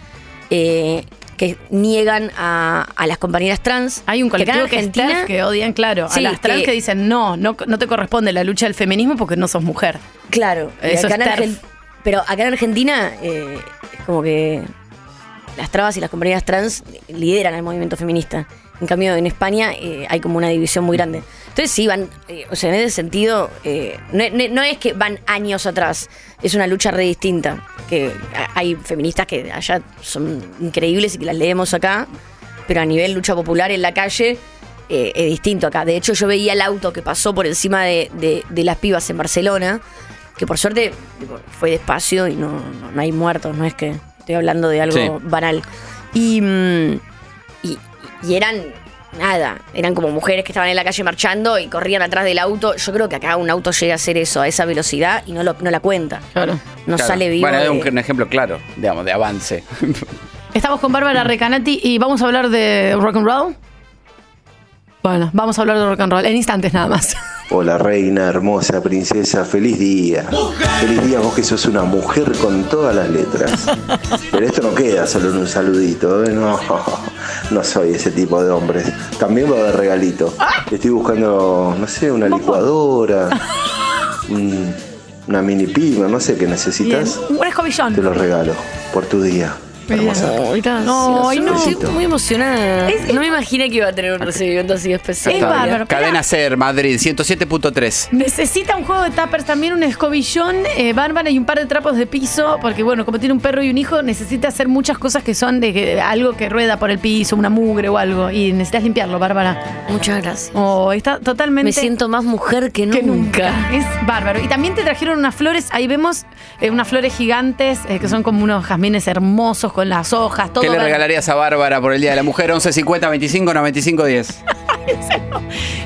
Speaker 2: eh, que niegan a, a las compañeras trans.
Speaker 1: Hay un
Speaker 2: acá en
Speaker 1: colectivo que, es
Speaker 2: Argentina-
Speaker 1: TERF, que odian, claro,
Speaker 2: Sí,
Speaker 1: a las trans
Speaker 2: que-
Speaker 1: que, dicen no, no, no te corresponde la lucha del feminismo porque no sos mujer.
Speaker 2: Claro, y
Speaker 1: Eso
Speaker 2: acá
Speaker 1: es
Speaker 2: en
Speaker 1: TERF.
Speaker 2: Argen- pero acá en Argentina eh, es como que las trabas y las compañeras trans lideran al movimiento feminista. En cambio, en España eh, hay como una división muy grande. Entonces sí, van, eh, o sea, en ese sentido, eh, no, no- no es que van años atrás, es una lucha re distinta. Que a- hay feministas que allá son increíbles y que las leemos acá, pero a nivel lucha popular en la calle eh, es distinto acá. De hecho, yo veía el auto que pasó por encima de, de- de las pibas en Barcelona, que por suerte digo, fue despacio y no, no- no hay muertos, no es que estoy hablando de algo
Speaker 3: Sí.
Speaker 2: banal. Y, mm, y, y eran nada, eran como mujeres que estaban en la calle marchando y corrían atrás del auto. Yo creo que acá un auto llega a hacer eso, a esa velocidad, y no, lo- no la cuenta.
Speaker 1: Claro.
Speaker 2: No
Speaker 3: Claro.
Speaker 2: sale vivo.
Speaker 3: Bueno, es un,
Speaker 2: de-
Speaker 3: un ejemplo claro, digamos, de avance.
Speaker 1: Estamos con Bárbara Recanati y vamos a hablar de rock and roll. Bueno, vamos a hablar de rock and roll en instantes nada más.
Speaker 5: Hola reina, hermosa, princesa, feliz día. Feliz día vos que sos una mujer con todas las letras. Pero esto no queda solo en un saludito, ¿eh? no, no soy ese tipo de hombres. También va a haber regalito. Estoy buscando, no sé, una licuadora, un- una mini pima, no sé qué necesitas.
Speaker 1: Bien. Un escobillón.
Speaker 5: Te lo regalo por tu día, hermosa.
Speaker 1: No, ay, no.
Speaker 2: Estoy muy emocionada.
Speaker 1: Es-
Speaker 2: no me imaginé que iba a
Speaker 3: Ah,
Speaker 2: tener un recibimiento así especial.
Speaker 1: Es bárbaro.
Speaker 3: Cadena Ser, Madrid, 107.3.
Speaker 1: Necesita un juego de tappers también, un escobillón, eh, Bárbara y un par de trapos de piso, porque bueno, como tiene un perro y un hijo, necesita hacer muchas cosas que son de que- algo que rueda por el piso, una mugre o algo, y necesitas limpiarlo, Bárbara.
Speaker 2: Muchas gracias.
Speaker 1: Oh, está totalmente...
Speaker 2: Me siento más mujer que nunca.
Speaker 1: que nunca. Mm. Es bárbaro. Y también te trajeron unas flores, ahí vemos eh, unas flores gigantes eh, que son como unos jazmines hermosos con las hojas, todo.
Speaker 3: ¿Qué le
Speaker 1: verde.
Speaker 3: regalarías a Bárbara por el Día de la Mujer? 11 50 25 95 10.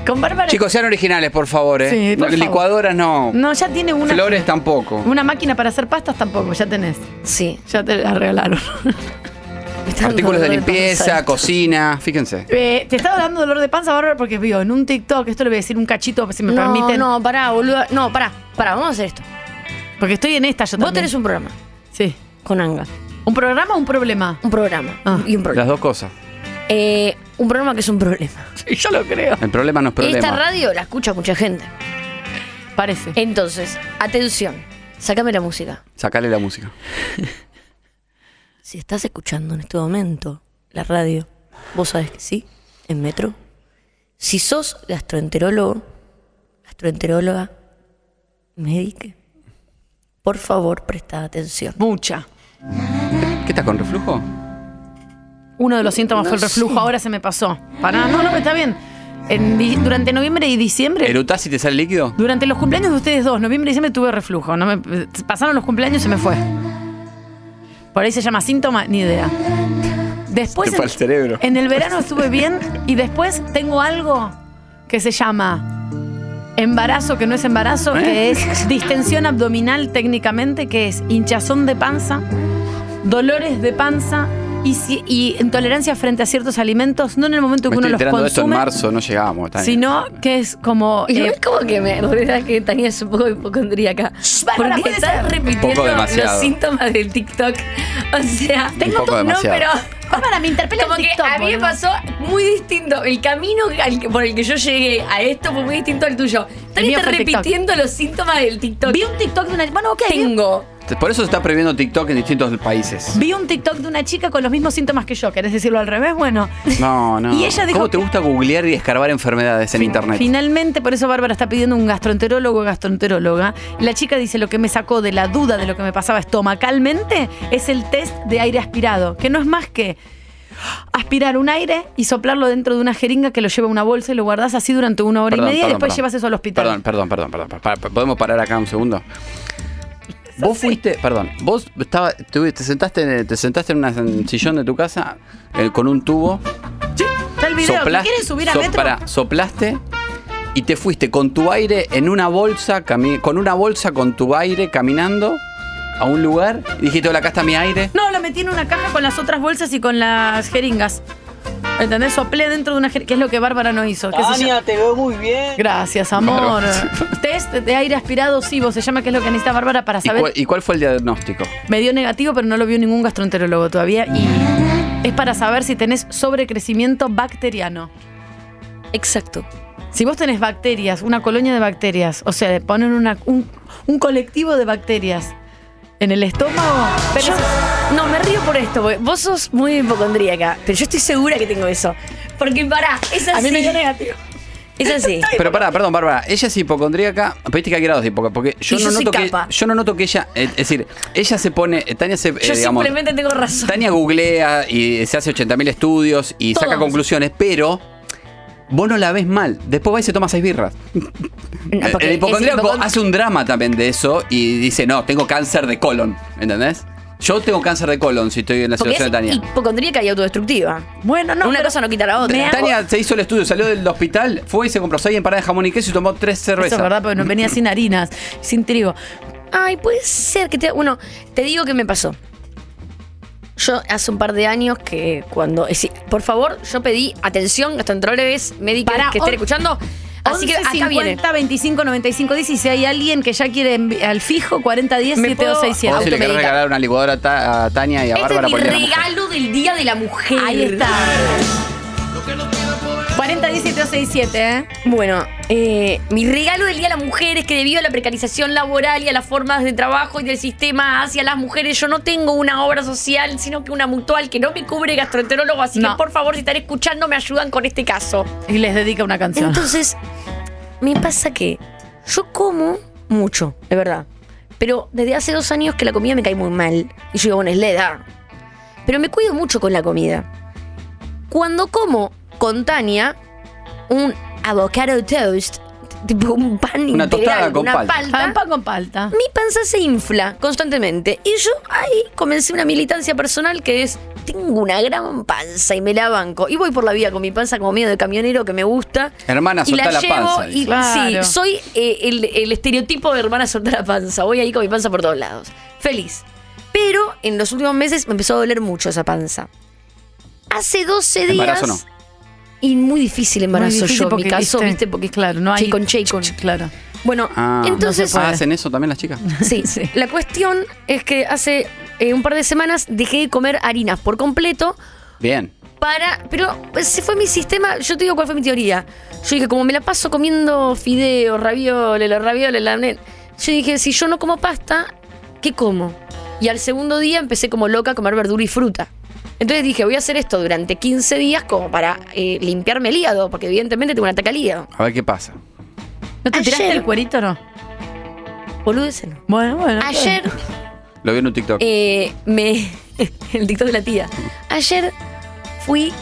Speaker 1: Con Bárbara.
Speaker 3: Chicos, sean originales, por favor. ¿eh?
Speaker 1: Sí, por
Speaker 3: No,
Speaker 1: favor.
Speaker 3: Licuadoras no.
Speaker 1: no, ya tiene una.
Speaker 3: Flores tampoco.
Speaker 1: Una máquina para hacer pastas tampoco, ya tenés.
Speaker 2: Sí.
Speaker 1: Ya te la regalaron.
Speaker 2: Me está dando
Speaker 3: Artículos de
Speaker 2: dolor
Speaker 3: limpieza,
Speaker 2: panza.
Speaker 3: cocina, fíjense.
Speaker 1: Eh, te está dando dolor de panza, Bárbara, porque vio en un TikTok, esto le voy a decir un cachito, si me
Speaker 2: no,
Speaker 1: permiten.
Speaker 2: No, pará, boludo. No, pará, pará, vamos a hacer esto.
Speaker 1: Porque estoy en esta, yo
Speaker 2: Vos
Speaker 1: también.
Speaker 2: tenés un programa
Speaker 1: Sí.
Speaker 2: con Anga.
Speaker 1: ¿Un programa o un problema?
Speaker 2: Un programa.
Speaker 1: Ah.
Speaker 2: Y un
Speaker 3: Las
Speaker 2: problema.
Speaker 3: dos cosas.
Speaker 2: Eh, un programa que es un problema.
Speaker 1: Sí, yo lo creo.
Speaker 3: El problema no es
Speaker 2: Esta
Speaker 3: problema.
Speaker 2: radio la escucha mucha gente.
Speaker 1: Parece.
Speaker 2: Entonces, atención, sácame la música.
Speaker 3: Sacale la música.
Speaker 2: Si estás escuchando en este momento la radio, vos sabés que sí, en metro. Si sos gastroenterólogo, gastroenteróloga, médica, por favor, presta atención.
Speaker 1: Mucha.
Speaker 3: ¿Qué estás con reflujo?
Speaker 1: Uno de los síntomas fue el reflujo, ahora se me pasó. Para, no, no, pero está bien. En di- durante noviembre y diciembre,
Speaker 3: ¿Erutás y te sale líquido?
Speaker 1: durante los cumpleaños de ustedes dos, noviembre y diciembre tuve reflujo. No me, pasaron los cumpleaños y se me fue. Por ahí se llama síntoma, ni idea. Después,
Speaker 3: Te fue
Speaker 1: en,
Speaker 3: al cerebro.
Speaker 1: en el verano estuve bien y después tengo algo que se llama embarazo, que no es embarazo,
Speaker 3: ¿Eh?
Speaker 1: que es distensión abdominal técnicamente, que es hinchazón de panza dolores de panza y, si- y intolerancia frente a ciertos alimentos, no en el momento
Speaker 3: Me
Speaker 1: que uno
Speaker 3: estoy
Speaker 1: los
Speaker 3: enterando de esto en
Speaker 1: consume,
Speaker 3: marzo, no llegamos. está bien.
Speaker 1: sino que es como...
Speaker 2: Y
Speaker 1: eh,
Speaker 2: es como que me realidad que Tania es un poco hipocondríaca.
Speaker 1: Bárbara,
Speaker 2: Porque
Speaker 1: puede
Speaker 2: estás
Speaker 1: ser.
Speaker 3: Un
Speaker 2: repitiendo
Speaker 3: poco demasiado.
Speaker 2: los síntomas del TikTok. O sea,
Speaker 3: Tengo poco todo-
Speaker 2: no,
Speaker 3: demasiado.
Speaker 2: pero.
Speaker 1: Bárbara, Ah, me interpela el
Speaker 2: Como que
Speaker 1: TikTok,
Speaker 2: a mí me
Speaker 1: boludo.
Speaker 2: pasó muy distinto. El camino al que- por el que yo llegué a esto fue muy distinto al tuyo. Tania
Speaker 1: mío
Speaker 2: está
Speaker 1: fue el TikTok.
Speaker 2: repitiendo los síntomas del TikTok.
Speaker 1: Vi un TikTok de una... Bueno, ok.
Speaker 2: Tengo
Speaker 3: Por eso se está prohibiendo TikTok en distintos países.
Speaker 1: Vi un TikTok de una chica con los mismos síntomas que yo. ¿Querés decirlo al revés? Bueno.
Speaker 3: No, no.
Speaker 1: Y ella dijo
Speaker 3: ¿Cómo te
Speaker 1: que-
Speaker 3: gusta googlear y escarbar enfermedades en internet?
Speaker 1: Finalmente, por eso Bárbara está pidiendo un gastroenterólogo o gastroenteróloga. La chica dice lo que me sacó de la duda de lo que me pasaba estomacalmente es el test de aire aspirado, que no es más que aspirar un aire y soplarlo dentro de una jeringa que lo lleva a una bolsa y lo guardás así durante una hora
Speaker 3: Perdón,
Speaker 1: y media y
Speaker 3: perdón,
Speaker 1: después
Speaker 3: perdón.
Speaker 1: llevas eso al hospital.
Speaker 3: Perdón, perdón, perdón, perdón. Pa- pa- ¿Podemos parar acá un segundo? Vos fuiste, perdón, vos estaba, tuve- te sentaste, en el- te sentaste en una- en un sillón de tu casa eh, con un tubo,
Speaker 1: Está el video. ¿Me quieren subir a
Speaker 3: so-
Speaker 1: metro?
Speaker 3: pará, soplaste y te fuiste con tu aire en una bolsa, cami- con una bolsa con tu aire caminando a un lugar y dijiste, hola, acá está mi aire.
Speaker 1: No, lo metí en una caja con las otras bolsas y con las jeringas. ¿Entendés? Soplé dentro de una jeringa, que es lo que Bárbara no hizo. que se llama-
Speaker 6: Tania, te veo muy bien.
Speaker 1: Gracias, amor.
Speaker 3: Bárbara.
Speaker 1: Test de aire aspirado SIBO se llama, que es lo que necesita Bárbara para
Speaker 3: ¿Y,
Speaker 1: saber.
Speaker 3: cuál- y cuál fue el diagnóstico?
Speaker 1: Me dio negativo, pero no lo vio ningún gastroenterólogo todavía. Y es para saber si tenés sobrecrecimiento bacteriano.
Speaker 2: Exacto.
Speaker 1: Si vos tenés bacterias, una colonia de bacterias, o sea, le ponen una- un, un colectivo de bacterias en el estómago.
Speaker 2: Pero yo- no, me río por esto, porque vos sos muy hipocondríaca, pero yo estoy segura que tengo eso. Porque pará, es así. Eh,
Speaker 1: A mí me dio negativo.
Speaker 2: Es así.
Speaker 3: Pero pará, perdón, Bárbara. Ella es hipocondríaca. Viste que hay grados de hipoc- Porque yo
Speaker 2: Y
Speaker 3: no
Speaker 2: yo soy
Speaker 3: noto que.
Speaker 2: capa.
Speaker 3: Yo no noto que ella. eh, Es decir, ella se pone. eh, Tania se. eh,
Speaker 2: Yo
Speaker 3: digamos,
Speaker 2: simplemente tengo razón.
Speaker 3: Tania googlea y se hace 80.000 estudios y saca
Speaker 2: Todos.
Speaker 3: conclusiones, pero. Vos no la ves mal. Después va y se toma seis birras.
Speaker 2: No,
Speaker 3: Eh,
Speaker 2: Ah, porque
Speaker 3: el
Speaker 2: es
Speaker 3: hipocondríaco
Speaker 2: hipocond-
Speaker 3: hace un drama también de eso y dice, no, tengo cáncer de colon. ¿Entendés? Yo tengo cáncer de colon si estoy en la
Speaker 2: porque
Speaker 3: situación de
Speaker 2: es
Speaker 3: Tania.
Speaker 2: hipocondríaca y autodestructiva.
Speaker 1: Bueno, no.
Speaker 2: Una
Speaker 1: pero-
Speaker 2: cosa no quita la otra.
Speaker 1: Me hago-
Speaker 3: Tania se hizo el estudio, salió del hospital, fue y se compró seis empanadas de jamón y queso y tomó tres cervezas.
Speaker 1: Eso es verdad, porque no venía sin harinas, sin trigo.
Speaker 2: Ay, puede ser que te. Bueno, te digo que me pasó. Yo hace un par de años que cuando. es decir, por favor, yo pedí atención, gastroenterólogos, médicos
Speaker 1: Pará,
Speaker 2: que estén
Speaker 1: on-
Speaker 2: escuchando. Así que acá
Speaker 1: 11
Speaker 2: viene.
Speaker 1: 50 25 95 10 y si hay alguien que ya quiere envi- al fijo 40 10
Speaker 2: Me
Speaker 1: 7
Speaker 3: O si le querés
Speaker 2: Automedicar.
Speaker 3: regalar una licuadora a Ta- a Tania y a
Speaker 2: Este es
Speaker 3: Bárbara
Speaker 2: mi
Speaker 3: por el Día de la Mujer.
Speaker 2: regalo del Día de la Mujer.
Speaker 1: Ahí está. 40 10 7267, ¿eh?
Speaker 2: Bueno, eh, mi regalo del Día de la Mujer es que debido a la precarización laboral y a las formas de trabajo y del sistema hacia las mujeres, yo no tengo una obra social, sino que una mutual que no me cubre gastroenterólogo, así
Speaker 1: No.
Speaker 2: que por favor, si están escuchando, me ayudan con este caso.
Speaker 1: Y les dedica una canción.
Speaker 2: Entonces, me pasa que yo como mucho, de verdad. Pero desde hace dos años que la comida me cae muy mal. Y yo digo, bueno, es la edad. Pero me cuido mucho con la comida. Cuando como con Tania un avocado toast, tipo un pan
Speaker 3: Una tostada
Speaker 2: integral,
Speaker 3: con
Speaker 2: una
Speaker 3: palta.
Speaker 1: pan, Ah, pan con palta.
Speaker 2: mi panza se infla constantemente. Y yo ahí comencé una militancia personal que es, tengo una gran panza y me la banco. Y voy por la vida con mi panza como miedo de camionero que me gusta.
Speaker 3: Hermana,
Speaker 2: y
Speaker 3: soltá la
Speaker 2: llevo
Speaker 3: panza,
Speaker 2: Y,
Speaker 3: dice.
Speaker 1: Claro.
Speaker 2: Sí, soy eh, el, el estereotipo de hermana soltar la panza. Voy ahí con mi panza por todos lados. Feliz. Pero en los últimos meses me empezó a doler mucho esa panza. Hace 12 días...
Speaker 3: Embarazo no.
Speaker 2: Y muy difícil embarazo
Speaker 1: Muy difícil
Speaker 2: yo, en mi
Speaker 1: porque,
Speaker 2: caso,
Speaker 1: viste,
Speaker 2: ¿viste? Porque
Speaker 1: claro, no hay-
Speaker 2: Chacon, chacon.
Speaker 1: Claro.
Speaker 2: Bueno,
Speaker 3: Ah,
Speaker 2: entonces...
Speaker 3: Ah, hacen eso también las chicas.
Speaker 2: Sí.
Speaker 1: Sí.
Speaker 2: La cuestión es que hace eh, un par de semanas dejé de comer harinas por completo
Speaker 3: Bien.
Speaker 2: para. Pero ese fue mi sistema. Yo te digo cuál fue mi teoría. Yo dije, como me la paso comiendo fideos, ravioles, los ravioles, la. Yo dije, si yo no como pasta, ¿qué como? Y al segundo día empecé como loca a comer verdura y fruta. Entonces dije, voy a hacer esto durante 15 días como para eh, limpiarme el hígado, porque evidentemente tengo un ataque al hígado.
Speaker 3: A ver qué pasa.
Speaker 1: ¿No te tiraste
Speaker 2: Ayer-
Speaker 1: el cuerito no?
Speaker 2: Boludo, ese no.
Speaker 1: Bueno, bueno.
Speaker 2: Ayer
Speaker 3: Lo vi en un TikTok.
Speaker 2: Eh, me. el TikTok de la tía. Ayer fui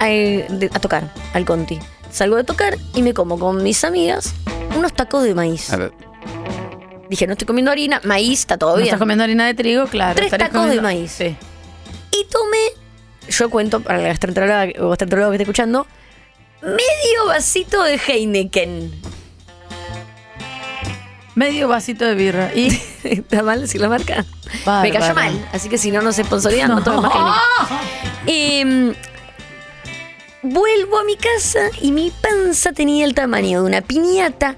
Speaker 2: a, de- a tocar al Conti. Salgo de tocar y me como con mis amigas unos tacos de maíz.
Speaker 3: A ver.
Speaker 2: Dije, no estoy comiendo harina, maíz, está todo
Speaker 1: ¿No
Speaker 2: bien.
Speaker 1: estás comiendo harina de trigo, claro.
Speaker 2: Tres
Speaker 1: estarías
Speaker 2: tacos de
Speaker 1: comiendo-
Speaker 2: maíz.
Speaker 1: Sí.
Speaker 2: Y tomé, yo cuento para la gastroenteróloga o gastroenterólogo que esté escuchando, medio vasito de Heineken.
Speaker 1: Medio vasito de birra. Y.
Speaker 2: ¿Está mal decir la marca? Me
Speaker 1: Bárbaro.
Speaker 2: cayó mal, así que si no nos sponsorían, no, tomen más Heineken. Em, vuelvo a mi casa y mi panza tenía el tamaño de una piñata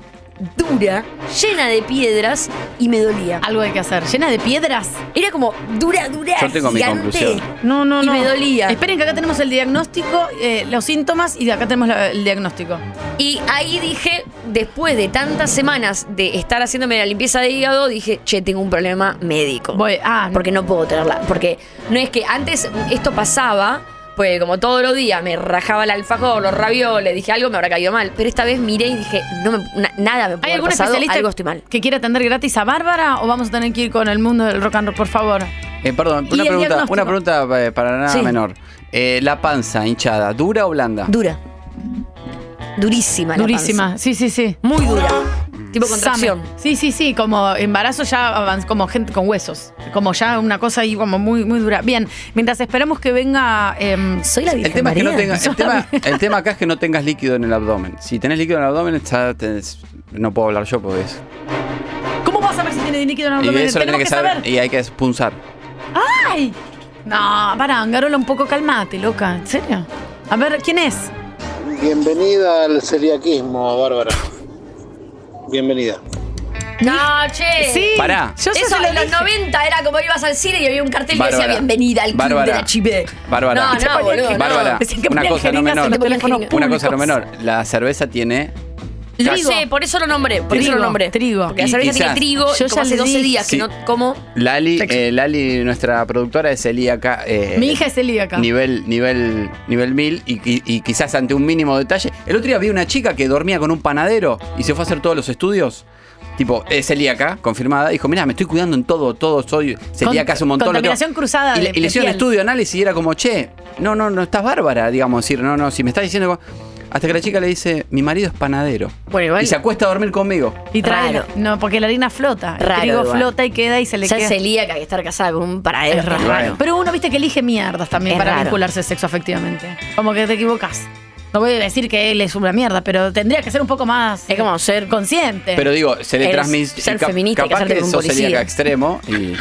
Speaker 2: dura, llena de piedras y me dolía.
Speaker 1: Algo hay que hacer. ¿Llena de piedras?
Speaker 2: Era como dura, dura,
Speaker 3: Yo tengo mi
Speaker 2: gigante.
Speaker 3: conclusión.
Speaker 1: No, no,
Speaker 2: Y
Speaker 1: no.
Speaker 2: me dolía.
Speaker 1: Esperen que acá tenemos el diagnóstico, eh, los síntomas y acá tenemos la- el diagnóstico.
Speaker 2: Y ahí dije, después de tantas semanas de estar haciéndome la limpieza de hígado, dije, che, tengo un problema médico.
Speaker 1: Voy, ah,
Speaker 2: porque no puedo tenerla. Porque no es que antes esto pasaba, pues como todos los días me rajaba el alfajor, los ravioles, dije algo, me habrá caído mal. Pero esta vez miré y dije, no me- na- nada me puede
Speaker 1: ¿Hay
Speaker 2: haber
Speaker 1: algún
Speaker 2: pasado,
Speaker 1: especialista
Speaker 2: algo estoy mal.
Speaker 1: que quiera atender gratis a Bárbara o vamos a tener que ir con el mundo del rock and roll, por favor?
Speaker 3: Eh, perdón,
Speaker 1: ¿Y
Speaker 3: una
Speaker 1: el
Speaker 3: pregunta,
Speaker 1: diagnóstico?
Speaker 3: una pregunta eh, para nada
Speaker 2: Sí.
Speaker 3: menor. Eh, la panza hinchada, ¿dura o blanda?
Speaker 2: Dura. Durísima. la
Speaker 1: Durísima. Sí, sí, sí.
Speaker 2: panza. Muy dura. Tipo contracción.
Speaker 1: Same. Sí, sí, sí, como embarazo ya avanz- como gente con huesos, como ya una cosa ahí como muy muy dura. Bien, mientras esperamos que venga em,
Speaker 2: Soy la Virgen
Speaker 3: El tema, es que no
Speaker 2: María.
Speaker 3: tenga- el, tema, el tema acá es que no tengas líquido en el abdomen. Si tenés líquido en el abdomen, está- tenés- no puedo hablar yo porque es.
Speaker 1: ¿Cómo vas a saber si tiene líquido en el
Speaker 3: Y
Speaker 1: abdomen?
Speaker 3: eso lo
Speaker 1: Tenemos
Speaker 3: tenés que saber. Y hay que expulsar.
Speaker 1: ¡Ay! No, para, Angarola, un poco calmate, loca. ¿En serio? A ver, ¿quién es?
Speaker 6: Bienvenida al celiaquismo, Bárbara. Bienvenida.
Speaker 2: No, che.
Speaker 1: Sí.
Speaker 3: Pará.
Speaker 1: Yo ya
Speaker 2: Eso
Speaker 1: se lo
Speaker 2: en los
Speaker 1: dije.
Speaker 2: 90 era como ibas al cine y había un cartel que decía
Speaker 3: Bárbara.
Speaker 2: bienvenida al club de
Speaker 3: Bárbara.
Speaker 2: la chive.
Speaker 3: Bárbara.
Speaker 2: No,
Speaker 3: Se
Speaker 2: no,
Speaker 1: ponía
Speaker 2: boludo. no.
Speaker 3: Bárbara,
Speaker 1: Decían que
Speaker 3: una
Speaker 1: ponían
Speaker 3: cosa no
Speaker 1: jeringas en
Speaker 3: menor.
Speaker 1: los teléfonos
Speaker 3: Una cosa no
Speaker 1: públicos.
Speaker 3: menor. La cerveza tiene.
Speaker 2: Lo
Speaker 1: Trigo.
Speaker 2: sé, por eso lo nombré. Por eso
Speaker 1: Trigo,
Speaker 2: lo nombré.
Speaker 1: trigo.
Speaker 2: Porque la
Speaker 3: Y
Speaker 2: cerveza tiene
Speaker 3: quizás-
Speaker 2: trigo.
Speaker 1: Yo
Speaker 2: Yo
Speaker 1: ya
Speaker 2: como hace
Speaker 1: le
Speaker 2: 12
Speaker 1: dije.
Speaker 2: días
Speaker 3: Sí.
Speaker 2: que no como.
Speaker 3: Lali,
Speaker 1: Ex-
Speaker 3: eh, Lali, nuestra productora, es celíaca. eh,
Speaker 1: Mi hija es celíaca.
Speaker 3: Nivel, nivel, nivel mil y, qui- y quizás ante un mínimo detalle. El otro día vi una chica que dormía con un panadero y se fue a hacer todos los estudios. Tipo, es celíaca, confirmada. Dijo, mira, me estoy cuidando en todo, todo, soy celíaca hace un montón. lo tengo".
Speaker 1: contaminación cruzada
Speaker 3: Y le,
Speaker 1: de-
Speaker 3: y le
Speaker 1: de
Speaker 3: hicieron
Speaker 1: piel.
Speaker 3: estudio, análisis y era como, che, no, no, no, estás bárbara, digamos, decir, no, no, si me estás diciendo... Hasta que la chica le dice, mi marido es panadero.
Speaker 2: Bueno, igual-
Speaker 3: Y se acuesta a dormir conmigo.
Speaker 1: Y trae,
Speaker 2: Raro.
Speaker 1: no, porque la harina flota. el
Speaker 2: Raro
Speaker 1: trigo
Speaker 2: igual.
Speaker 1: flota y queda y se le
Speaker 2: Ser
Speaker 1: queda.
Speaker 2: celíaca y estar casada con un paradero.
Speaker 1: Es raro.
Speaker 3: Raro.
Speaker 1: Pero uno viste que elige mierdas también
Speaker 2: Es
Speaker 1: para
Speaker 2: raro.
Speaker 1: vincularse sexo afectivamente. Como que te equivocas. No voy a decir que él es una mierda, pero tendría que ser un poco más eh,
Speaker 2: Es como ser
Speaker 1: consciente.
Speaker 3: Pero digo, se le
Speaker 2: Eh, Eres
Speaker 3: transmite...
Speaker 2: ser feminista y
Speaker 3: capaz
Speaker 2: casarte
Speaker 3: que
Speaker 2: con un
Speaker 3: sos
Speaker 2: policía.
Speaker 3: celíaca extremo y...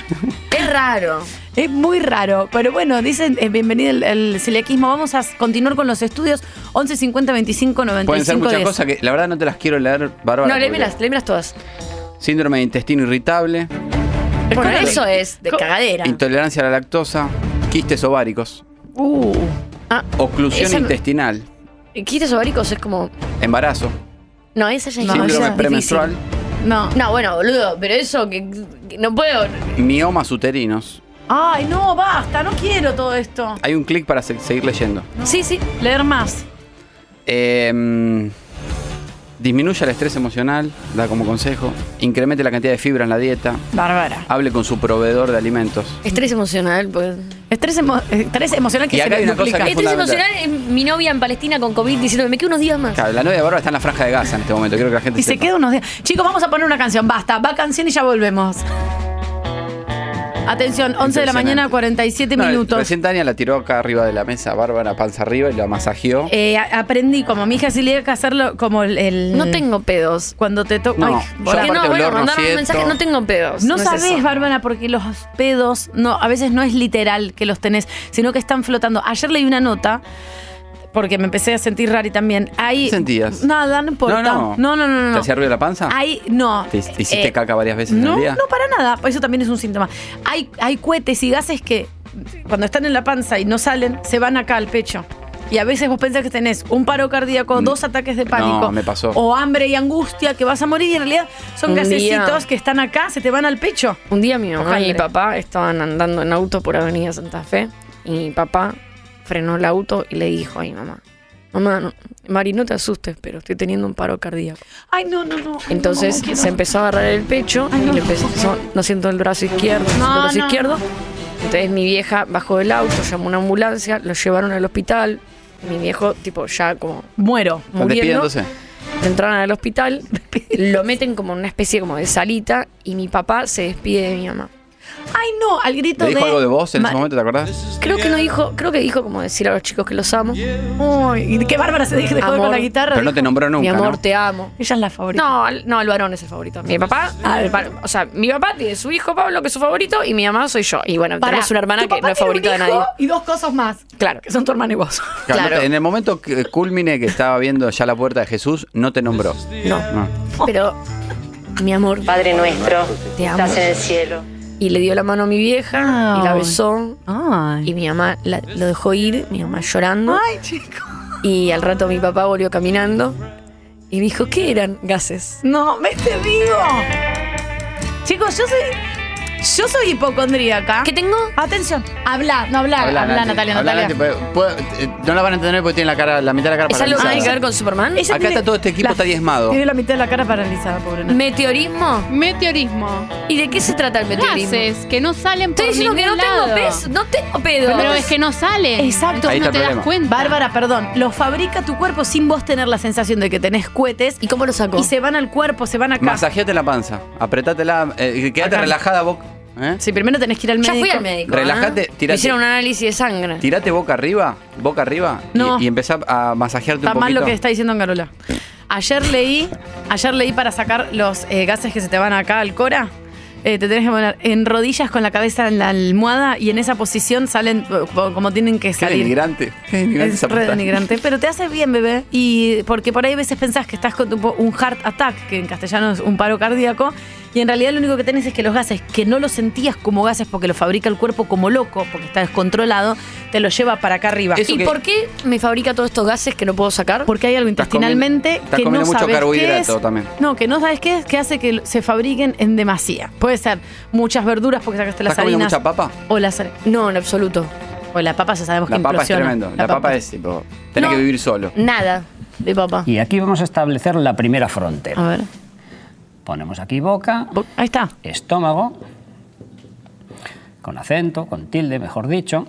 Speaker 2: Es raro.
Speaker 1: es muy raro. Pero bueno, dicen eh, bienvenido el, el celiaquismo. Vamos a continuar con los estudios 11 50 25 95
Speaker 3: Pueden ser muchas
Speaker 1: 10.
Speaker 3: cosas que la verdad no te las quiero leer, Bárbara.
Speaker 2: No,
Speaker 3: porque-
Speaker 2: lémelas, lémelas todas.
Speaker 3: Síndrome de intestino irritable,
Speaker 2: Por
Speaker 1: Bueno,
Speaker 2: eso es de
Speaker 1: co-
Speaker 2: cagadera.
Speaker 3: intolerancia a la lactosa, quistes ováricos,
Speaker 1: Uh,
Speaker 2: Ah,
Speaker 3: oclusión
Speaker 2: Esa no-
Speaker 3: intestinal,
Speaker 2: quistes ováricos es como.
Speaker 3: embarazo,
Speaker 2: No, esa ya es
Speaker 1: No,
Speaker 2: difícil.
Speaker 1: esa
Speaker 3: síndrome
Speaker 1: es
Speaker 3: premenstrual,
Speaker 1: no.
Speaker 2: No, bueno, boludo, pero eso que, que no puedo.
Speaker 3: miomas uterinos.
Speaker 1: Ay, no, basta. No quiero todo esto.
Speaker 3: Hay un clic para se- seguir leyendo.
Speaker 2: Sí, sí.
Speaker 1: Leer más.
Speaker 3: Eh, disminuya el estrés emocional, da como consejo. Incremente la cantidad de fibra en la dieta.
Speaker 1: Bárbara.
Speaker 3: Hable con su proveedor de alimentos.
Speaker 2: Estrés emocional, pues.
Speaker 1: Estrés, emo- estrés emocional que
Speaker 3: Y
Speaker 1: se
Speaker 3: acá hay una cosa
Speaker 1: duplica.
Speaker 3: que es
Speaker 2: Estrés
Speaker 3: fundamental.
Speaker 2: emocional es mi novia en Palestina con COVID diciéndome, me quedo unos días más.
Speaker 3: Claro, la novia de Bárbara está en la franja de Gaza en este momento. Quiero que la gente
Speaker 1: Y se
Speaker 3: sepa.
Speaker 1: queda unos días. Chicos, vamos a poner una canción. Basta, va canción y ya volvemos. Atención, 11 de la mañana, 47
Speaker 3: No,
Speaker 1: minutos.
Speaker 3: Recién Tania la tiró acá arriba de la mesa, Bárbara panza arriba y la masajeó.
Speaker 1: Eh, a- aprendí, como mi hija Silvia, que hacerlo como el. el-
Speaker 2: No tengo pedos.
Speaker 1: Cuando te toca.
Speaker 3: No, yo
Speaker 2: Porque
Speaker 3: aparte
Speaker 2: no,
Speaker 3: del
Speaker 2: bueno,
Speaker 3: horno
Speaker 2: mandaron un
Speaker 3: siento.
Speaker 2: mensaje, no tengo pedos.
Speaker 1: No,
Speaker 2: es
Speaker 1: sabes,
Speaker 2: eso.
Speaker 1: Bárbara, porque los pedos no, a veces no es literal que los tenés, sino que están flotando. Ayer leí una nota, porque me empecé a sentir rari también. Ahí,
Speaker 3: ¿Qué sentías?
Speaker 1: Nada, no importa.
Speaker 3: No,
Speaker 1: no,
Speaker 3: no.
Speaker 1: no. no, no.
Speaker 3: ¿Te hacía ruido la panza?
Speaker 1: Ahí, no.
Speaker 3: ¿Te, te hiciste
Speaker 1: Eh,
Speaker 3: caca varias veces en
Speaker 1: No,
Speaker 3: el día?
Speaker 1: no para nada. Eso también es un síntoma. Hay, hay cohetes y gases que cuando están en la panza y no salen, se van acá al pecho. Y a veces vos pensás que tenés un paro cardíaco,
Speaker 3: Mm.
Speaker 1: dos ataques de pánico.
Speaker 3: No, me pasó.
Speaker 1: O hambre y angustia, que vas a morir. Y en realidad son
Speaker 2: Un
Speaker 1: gasecitos
Speaker 2: día.
Speaker 1: que están acá, se te van al pecho.
Speaker 2: Un día mi mamá y
Speaker 1: Ojalá.
Speaker 2: mi papá estaban andando en auto por Avenida Santa Fe y mi papá frenó el auto y le dijo a mi mamá, mamá, no, Mari, no te asustes, pero estoy teniendo un paro cardíaco.
Speaker 1: Ay, no, no, no.
Speaker 2: Entonces
Speaker 1: No, no,
Speaker 2: se
Speaker 1: quiero.
Speaker 2: empezó a agarrar el pecho
Speaker 1: Ay,
Speaker 2: y
Speaker 1: no.
Speaker 2: le empezó, no siento el brazo izquierdo, no siento
Speaker 1: No,
Speaker 2: el brazo
Speaker 1: no.
Speaker 2: izquierdo. Entonces mi vieja bajó del auto, llamó una ambulancia, lo llevaron al hospital. Mi viejo, tipo, ya como
Speaker 1: Muero.
Speaker 3: ¿Están
Speaker 2: muriendo,
Speaker 3: despidiéndose?
Speaker 2: lo entraron al hospital, lo meten como en una especie como de salita y mi papá se despide de mi mamá.
Speaker 1: Ay, no, al grito
Speaker 3: ¿Le dijo
Speaker 1: de-
Speaker 3: algo de vos en
Speaker 1: Ma-
Speaker 3: ese momento, te acordás?
Speaker 2: Creo que no dijo, creo que dijo como decir a los chicos que los amo.
Speaker 1: Uy, qué bárbara se dejó de joder
Speaker 2: Amor.
Speaker 1: con la guitarra.
Speaker 3: Pero no te
Speaker 1: dijo.
Speaker 3: nombró nunca,
Speaker 2: mi amor,
Speaker 3: ¿no?
Speaker 2: te amo.
Speaker 1: Ella es la favorita.
Speaker 2: No, al- no, el varón es el favorito. Mi papá, al varón- o sea, mi papá tiene su hijo Pablo, que es su favorito, y mi mamá soy yo. Y bueno,
Speaker 1: Pará,
Speaker 2: tenés una hermana
Speaker 1: tu
Speaker 2: que
Speaker 1: papá
Speaker 2: no es
Speaker 1: tiene un
Speaker 2: favorita de
Speaker 1: hijo
Speaker 2: nadie.
Speaker 1: Y dos cosas más.
Speaker 2: Claro.
Speaker 1: Que son tu hermano y vos.
Speaker 3: Claro, no
Speaker 2: Claro.
Speaker 3: te- En el momento que- culmine que estaba viendo ya la puerta de Jesús, no te nombró. Ah.
Speaker 2: No.
Speaker 3: No.
Speaker 2: Pero, mi amor,
Speaker 7: Padre nuestro,
Speaker 2: Te amo.
Speaker 7: estás en el cielo.
Speaker 2: y le dio la mano a mi vieja y la
Speaker 1: Ay.
Speaker 2: besó. Y
Speaker 1: Ay.
Speaker 2: mi mamá la- lo dejó ir, mi mamá llorando.
Speaker 1: Ay, chicos.
Speaker 2: Y al rato mi papá volvió caminando y me dijo, ¿qué eran gases?
Speaker 1: No, me te digo. Chicos, yo soy. Yo soy hipocondríaca.
Speaker 2: ¿Qué tengo?
Speaker 1: Atención. Habla, no hablar. Habla,
Speaker 3: Nati.
Speaker 1: Natalia,
Speaker 3: Habla,
Speaker 1: Natalia.
Speaker 3: Nati, puede- puede- eh, no la van a entender porque tiene la cara, la mitad de la cara
Speaker 2: ¿Es algo que
Speaker 3: paralizada.
Speaker 2: tiene que ver con Superman?
Speaker 1: Ella
Speaker 3: Acá está todo este equipo, está diezmado.
Speaker 1: Tiene la mitad de la cara paralizada, pobre Natalia.
Speaker 2: ¿Meteorismo?
Speaker 8: Meteorismo.
Speaker 2: ¿Y de qué se trata el meteorismo?
Speaker 8: Gases que no salen por
Speaker 2: Estoy diciendo que no
Speaker 8: ningún lado.
Speaker 2: tengo peso, no tengo pedo.
Speaker 8: Pero es que no salen. Entonces
Speaker 1: Exacto.
Speaker 3: Ahí está
Speaker 8: no te
Speaker 3: el problema.
Speaker 8: das cuenta.
Speaker 1: Bárbara, perdón, lo fabrica tu cuerpo sin vos tener la sensación de que tenés cohetes
Speaker 2: ¿Y cómo lo saco?
Speaker 1: y se van al cuerpo, se van acá.
Speaker 3: Masajeate la panza, apretátela, eh, quédate
Speaker 1: Acá.
Speaker 3: relajada vos. ¿eh?
Speaker 1: Si primero tenés que ir al
Speaker 2: Ya
Speaker 1: médico.
Speaker 2: fui al médico. ¿ah?
Speaker 3: Relájate, tirate.
Speaker 2: Me hicieron un análisis de sangre.
Speaker 3: Tirate boca arriba, boca arriba y-
Speaker 1: No.
Speaker 3: y, empezá a masajearte
Speaker 1: Está
Speaker 3: un
Speaker 1: mal
Speaker 3: poquito.
Speaker 1: lo que está diciendo Carola. Ayer leí, ayer leí para sacar los eh, gases que se te van acá al cora. eh, te tenés que poner en rodillas con la cabeza en la almohada y en esa posición salen eh, po- como tienen que
Speaker 3: Qué
Speaker 1: salir.
Speaker 3: denigrante. Qué denigrante
Speaker 1: Es
Speaker 3: esa
Speaker 1: re
Speaker 3: puta.
Speaker 1: denigrante, pero te hace bien, bebé. Y porque por ahí a veces pensás que estás con tu po- un heart attack, que en castellano es un paro cardíaco, y en realidad lo único que tenés es que los gases, que no los sentías como gases porque los fabrica el cuerpo como loco, porque está descontrolado, te los lleva para acá arriba.
Speaker 3: Eso
Speaker 2: ¿Y
Speaker 3: que-
Speaker 2: por qué me fabrica todos estos gases que no puedo sacar?
Speaker 1: Porque hay algo
Speaker 3: Estás comiendo-
Speaker 1: intestinalmente
Speaker 3: estás
Speaker 1: que no
Speaker 3: comiendo mucho
Speaker 1: sabes qué
Speaker 3: carbohidrato
Speaker 1: es.
Speaker 3: también.
Speaker 1: No, que no sabes qué es, que hace que se fabriquen en demasía. Puede ser muchas verduras porque sacaste las
Speaker 3: ¿Estás comiendo
Speaker 1: harinas.
Speaker 3: mucha papa?
Speaker 1: O las har-
Speaker 2: No, en absoluto.
Speaker 1: o la papa ya sabemos
Speaker 3: La
Speaker 1: que
Speaker 3: papa es
Speaker 1: implosiona.
Speaker 3: tremendo. La, papa, es tipo, tenés
Speaker 2: No.
Speaker 3: que vivir solo.
Speaker 1: Mm.
Speaker 2: Nada de papá.
Speaker 9: Y aquí vamos a establecer la primera
Speaker 1: A
Speaker 9: frontera.
Speaker 1: ver.
Speaker 9: Ponemos aquí boca,
Speaker 1: Bo- Ahí está.
Speaker 9: estómago, con acento, con tilde, mejor dicho.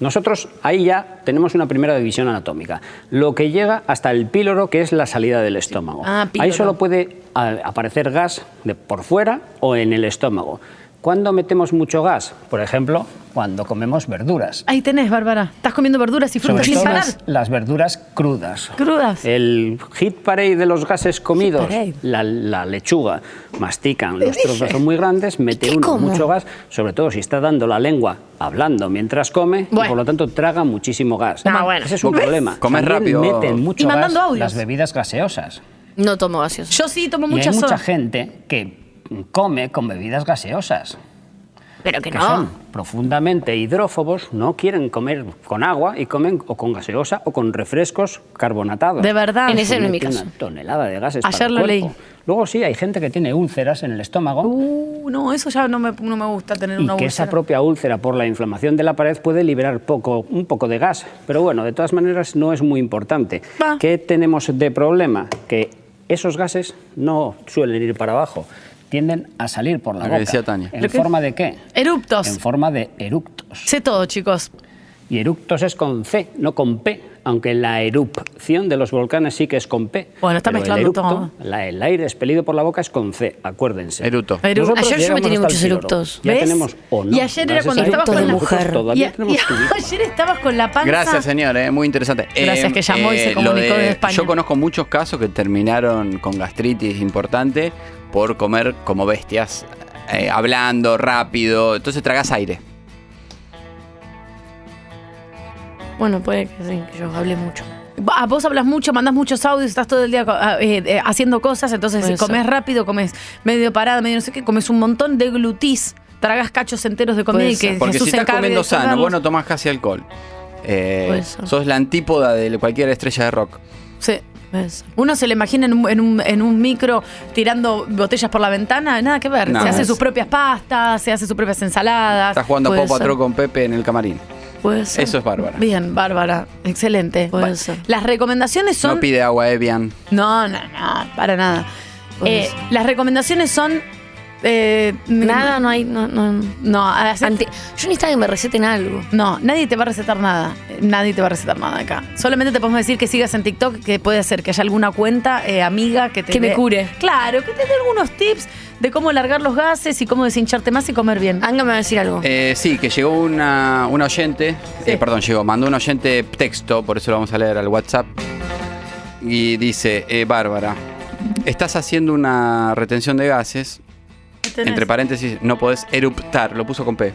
Speaker 9: Nosotros ahí ya tenemos una primera división anatómica. Lo que llega hasta el píloro, que es la salida del estómago.
Speaker 1: Ah, píloro.
Speaker 9: ahí solo puede a- aparecer gas de por fuera o en el estómago. ¿Cuándo metemos mucho gas? Por ejemplo, cuando comemos verduras.
Speaker 1: Ahí tenés, Bárbara. Estás comiendo verduras y frutas sin
Speaker 9: Sobre todo
Speaker 1: parar.
Speaker 9: las, las verduras crudas.
Speaker 1: Crudas.
Speaker 9: El hit parade de los gases comidos,
Speaker 1: parade.
Speaker 9: la, la lechuga, mastican, los trozos son muy grandes, mete
Speaker 2: qué
Speaker 9: uno
Speaker 2: como?
Speaker 9: mucho gas, sobre todo si está dando la lengua hablando mientras come, y
Speaker 1: Bueno.
Speaker 9: por lo tanto traga muchísimo gas.
Speaker 2: Ah, bueno.
Speaker 9: Ese es un
Speaker 3: ¿Ves?
Speaker 9: problema.
Speaker 3: Comer
Speaker 9: También
Speaker 3: rápido.
Speaker 9: Meten mucho
Speaker 1: Y mandando
Speaker 9: gas
Speaker 1: audios.
Speaker 9: las bebidas gaseosas.
Speaker 2: No tomo gaseosa.
Speaker 1: Yo sí tomo
Speaker 9: Y hay
Speaker 1: mucha
Speaker 9: mucha
Speaker 1: soda.
Speaker 9: gente que come con bebidas gaseosas
Speaker 2: Pero que
Speaker 9: que
Speaker 2: no.
Speaker 9: son profundamente hidrófobos, no quieren comer con agua y comen o con gaseosa o con refrescos carbonatados.
Speaker 1: De verdad.
Speaker 2: En ese no es mi
Speaker 9: Mete
Speaker 2: caso.
Speaker 9: Una tonelada de gases.
Speaker 1: Ayer
Speaker 9: para el
Speaker 1: lo leí.
Speaker 9: cuerpo. Luego sí, hay gente que tiene úlceras en el estómago
Speaker 1: Uh, no, eso ya no me, no me gusta tener
Speaker 9: y
Speaker 1: una
Speaker 9: que esa
Speaker 1: úlcera.
Speaker 9: propia úlcera por la inflamación de la pared puede liberar poco, un poco de gas. Pero bueno, de todas maneras no es muy importante.
Speaker 1: Va.
Speaker 9: ¿Qué tenemos de problema? Que esos gases no suelen ir para abajo, tienden a salir por la
Speaker 3: Lo que
Speaker 9: boca.
Speaker 3: decía Tania.
Speaker 1: Lo
Speaker 9: ¿En
Speaker 1: que-
Speaker 9: forma de qué? En
Speaker 1: Eruptos.
Speaker 9: forma de eructos.
Speaker 1: Sé todo, chicos.
Speaker 9: Y eructos es con C, no con P, aunque la erupción de los volcanes sí que es con P.
Speaker 1: Bueno, está
Speaker 9: Pero el
Speaker 1: mezclando todo.
Speaker 9: la- el aire expelido por la boca es con C, acuérdense.
Speaker 3: Eruto.
Speaker 1: Eru-
Speaker 9: Nosotros
Speaker 2: Ayer yo me
Speaker 9: llegamos
Speaker 2: tenía
Speaker 9: hasta
Speaker 2: muchos
Speaker 9: el píloro.
Speaker 2: eructos.
Speaker 9: Ya
Speaker 1: ¿Ves?
Speaker 9: tenemos o no.
Speaker 1: Y ayer era
Speaker 9: Gracias
Speaker 1: cuando
Speaker 9: a
Speaker 1: estabas
Speaker 9: Dios,
Speaker 1: con la
Speaker 9: nosotros
Speaker 2: mujer.
Speaker 9: Todavía
Speaker 1: Y-
Speaker 9: tenemos
Speaker 1: y-
Speaker 9: turismo.
Speaker 1: ayer estabas con la panza.
Speaker 3: Gracias, señor, eh, muy interesante. Eh,
Speaker 1: Gracias, que llamó y se comunicó
Speaker 3: lo
Speaker 1: desde España.
Speaker 3: Yo conozco muchos casos que terminaron con gastritis importante por comer como bestias, eh, hablando rápido. Entonces tragas aire.
Speaker 2: Bueno, puede que sí, que yo hable mucho.
Speaker 1: Ah, Vos hablas mucho, mandás muchos audios, estás todo el día ah, eh, eh, haciendo cosas, entonces
Speaker 2: Puede
Speaker 1: si comes rápido, comes medio parada, medio no sé qué, comes un montón de glutís, tragas cachos enteros de comida
Speaker 2: Puede
Speaker 1: y que
Speaker 2: ser.
Speaker 3: Porque
Speaker 1: Jesús
Speaker 3: si
Speaker 1: se
Speaker 3: estás
Speaker 1: encargue de
Speaker 3: comiendo sano,
Speaker 1: sacarlos.
Speaker 3: vos no tomás casi alcohol. Eh,
Speaker 2: Puede ser.
Speaker 3: sos la antípoda de cualquier estrella de rock.
Speaker 1: Sí. Uno se le imagina en un, en un- en un micro tirando botellas por la ventana, nada que ver.
Speaker 3: No.
Speaker 1: se hace sus propias pastas, se hace sus propias ensaladas.
Speaker 3: Estás jugando a
Speaker 2: puede
Speaker 3: Pop
Speaker 2: ser.
Speaker 3: Patrol con Pepe en el camarín.
Speaker 2: Puede ser.
Speaker 3: Eso es bárbaro.
Speaker 1: Bien, Bárbara, excelente.
Speaker 2: Puede
Speaker 1: Bueno,
Speaker 2: ser.
Speaker 1: Las recomendaciones son.
Speaker 3: No pide agua eh, Evian.
Speaker 1: no, no, no, para nada.
Speaker 2: Puede
Speaker 1: Eh,
Speaker 2: ser.
Speaker 1: las recomendaciones son. eh,
Speaker 2: Nada, no hay. No, no.
Speaker 1: No, hacer-
Speaker 2: Ante- Yo necesitaba que me receten algo.
Speaker 1: no, nadie te va a recetar nada. Eh, Nadie te va a recetar nada acá. Solamente te podemos decir que sigas en TikTok, que puede ser que haya alguna cuenta eh, amiga que te
Speaker 2: Que me
Speaker 1: dé-
Speaker 2: cure.
Speaker 1: Claro, que te dé algunos tips de cómo largar los gases y cómo deshincharte más y comer bien.
Speaker 2: Anga me va a decir algo.
Speaker 3: Eh, sí, que llegó una, una oyente, eh, perdón, llegó, mandó un oyente texto, por eso lo vamos a leer al WhatsApp, y dice, eh, Bárbara, estás haciendo una retención de gases, entre paréntesis, no podés eruptar, lo puso con P,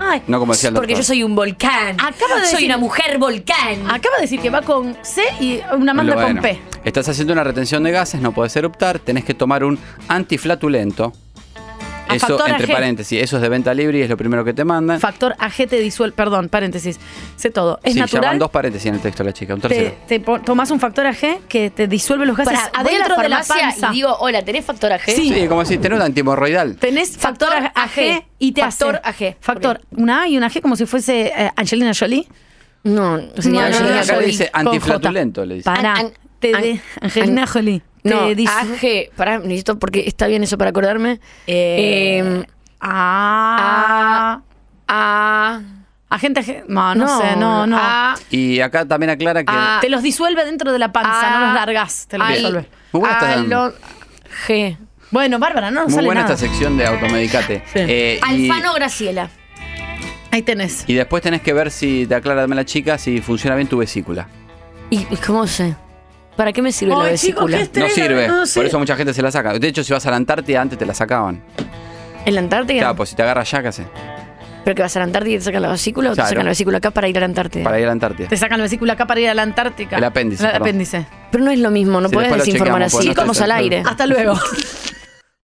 Speaker 1: Ay,
Speaker 3: no como decía el
Speaker 2: Porque yo
Speaker 3: doctor.
Speaker 2: soy un volcán.
Speaker 1: Acaba de
Speaker 2: soy
Speaker 1: decir-
Speaker 2: una mujer volcán.
Speaker 1: acaba de decir que va con C y una manda
Speaker 3: Bueno,
Speaker 1: con P.
Speaker 3: Estás haciendo una retención de gases, no podés eruptar, tenés que tomar un antiflatulento.
Speaker 1: A
Speaker 3: Eso,
Speaker 1: factor
Speaker 3: entre
Speaker 1: AG.
Speaker 3: paréntesis, eso es de venta libre y es lo primero que te mandan.
Speaker 1: Factor AG te disuelve. Perdón, paréntesis. Sé todo. Es
Speaker 3: sí, ya van
Speaker 1: natural.
Speaker 3: dos paréntesis en el texto de la chica, un tercero.
Speaker 1: Te, te po- tomás un factor AG que te disuelve los gases
Speaker 2: Pará, voy a la
Speaker 1: adentro de la
Speaker 2: farmacia
Speaker 1: panza.
Speaker 2: Y digo, hola, ¿tenés factor AG?
Speaker 1: Sí.
Speaker 3: Sí, como si tenés un antimorroidal.
Speaker 1: Tenés factor,
Speaker 2: Factor
Speaker 1: AG, y te
Speaker 2: Factor
Speaker 1: hace.
Speaker 2: AG,
Speaker 1: Factor una A y una G como si fuese eh, Angelina Jolie.
Speaker 2: No,
Speaker 1: No,
Speaker 2: señora,
Speaker 1: no,
Speaker 2: yo
Speaker 1: no,
Speaker 2: diría
Speaker 1: acá
Speaker 2: que-
Speaker 1: Jolie
Speaker 3: dice
Speaker 1: con
Speaker 3: antiflatulento,
Speaker 1: J.
Speaker 3: le dice.
Speaker 1: Pará,
Speaker 2: An- an-
Speaker 1: te
Speaker 2: an-
Speaker 1: de- Angelina
Speaker 2: an-
Speaker 1: Jolie.
Speaker 2: No,
Speaker 1: te dis-
Speaker 2: AG, pará, necesito porque está bien eso para acordarme.
Speaker 1: Eh,
Speaker 2: Em,
Speaker 1: ah,
Speaker 2: A.
Speaker 1: agente AG. No, no,
Speaker 2: no,
Speaker 1: sé, no, no.
Speaker 2: A,
Speaker 3: Y acá también aclara que.
Speaker 2: Ah,
Speaker 1: te los disuelve dentro de la panza,
Speaker 2: Ah,
Speaker 1: no los largas. Te los
Speaker 2: al-
Speaker 1: disuelve.
Speaker 3: Muy buena esta-
Speaker 2: alo- G.
Speaker 1: Bueno, Bárbara, no nos
Speaker 3: muy
Speaker 1: sale
Speaker 3: buena
Speaker 1: nada.
Speaker 3: esta sección de automedicate.
Speaker 1: Sí.
Speaker 3: Eh, y,
Speaker 2: Alfano Graciela.
Speaker 1: Ahí tenés.
Speaker 3: y después tenés que ver si te aclara también la chica si funciona bien tu vesícula.
Speaker 2: ¿Y y cómo sé? ¿Para qué me sirve la
Speaker 1: Ay,
Speaker 2: vesícula?
Speaker 1: chicos,
Speaker 3: No
Speaker 1: Tremendo,
Speaker 3: sirve.
Speaker 1: no sé.
Speaker 3: Por eso mucha gente se la saca. De hecho, si vas a la Antártida, antes te la sacaban.
Speaker 2: ¿En la Antártida?
Speaker 3: Claro, pues si te agarras ya, ¿qué haces?
Speaker 2: ¿Pero que vas a la Antártida y te sacan la vesícula o
Speaker 3: Claro.
Speaker 2: te sacan la vesícula acá para ir a la Antártida?
Speaker 3: Para ir a la Antártida.
Speaker 1: Te sacan la vesícula acá para ir a la Antártica.
Speaker 3: El apéndice,
Speaker 1: El
Speaker 3: perdón.
Speaker 1: apéndice.
Speaker 2: Pero no es lo mismo, no
Speaker 3: Sí,
Speaker 2: podés
Speaker 3: después lo
Speaker 2: desinformar
Speaker 3: chequeamos,
Speaker 2: así.
Speaker 3: porque no
Speaker 2: Estamos
Speaker 3: estoy
Speaker 2: al
Speaker 3: seguro.
Speaker 2: aire.
Speaker 1: Hasta luego.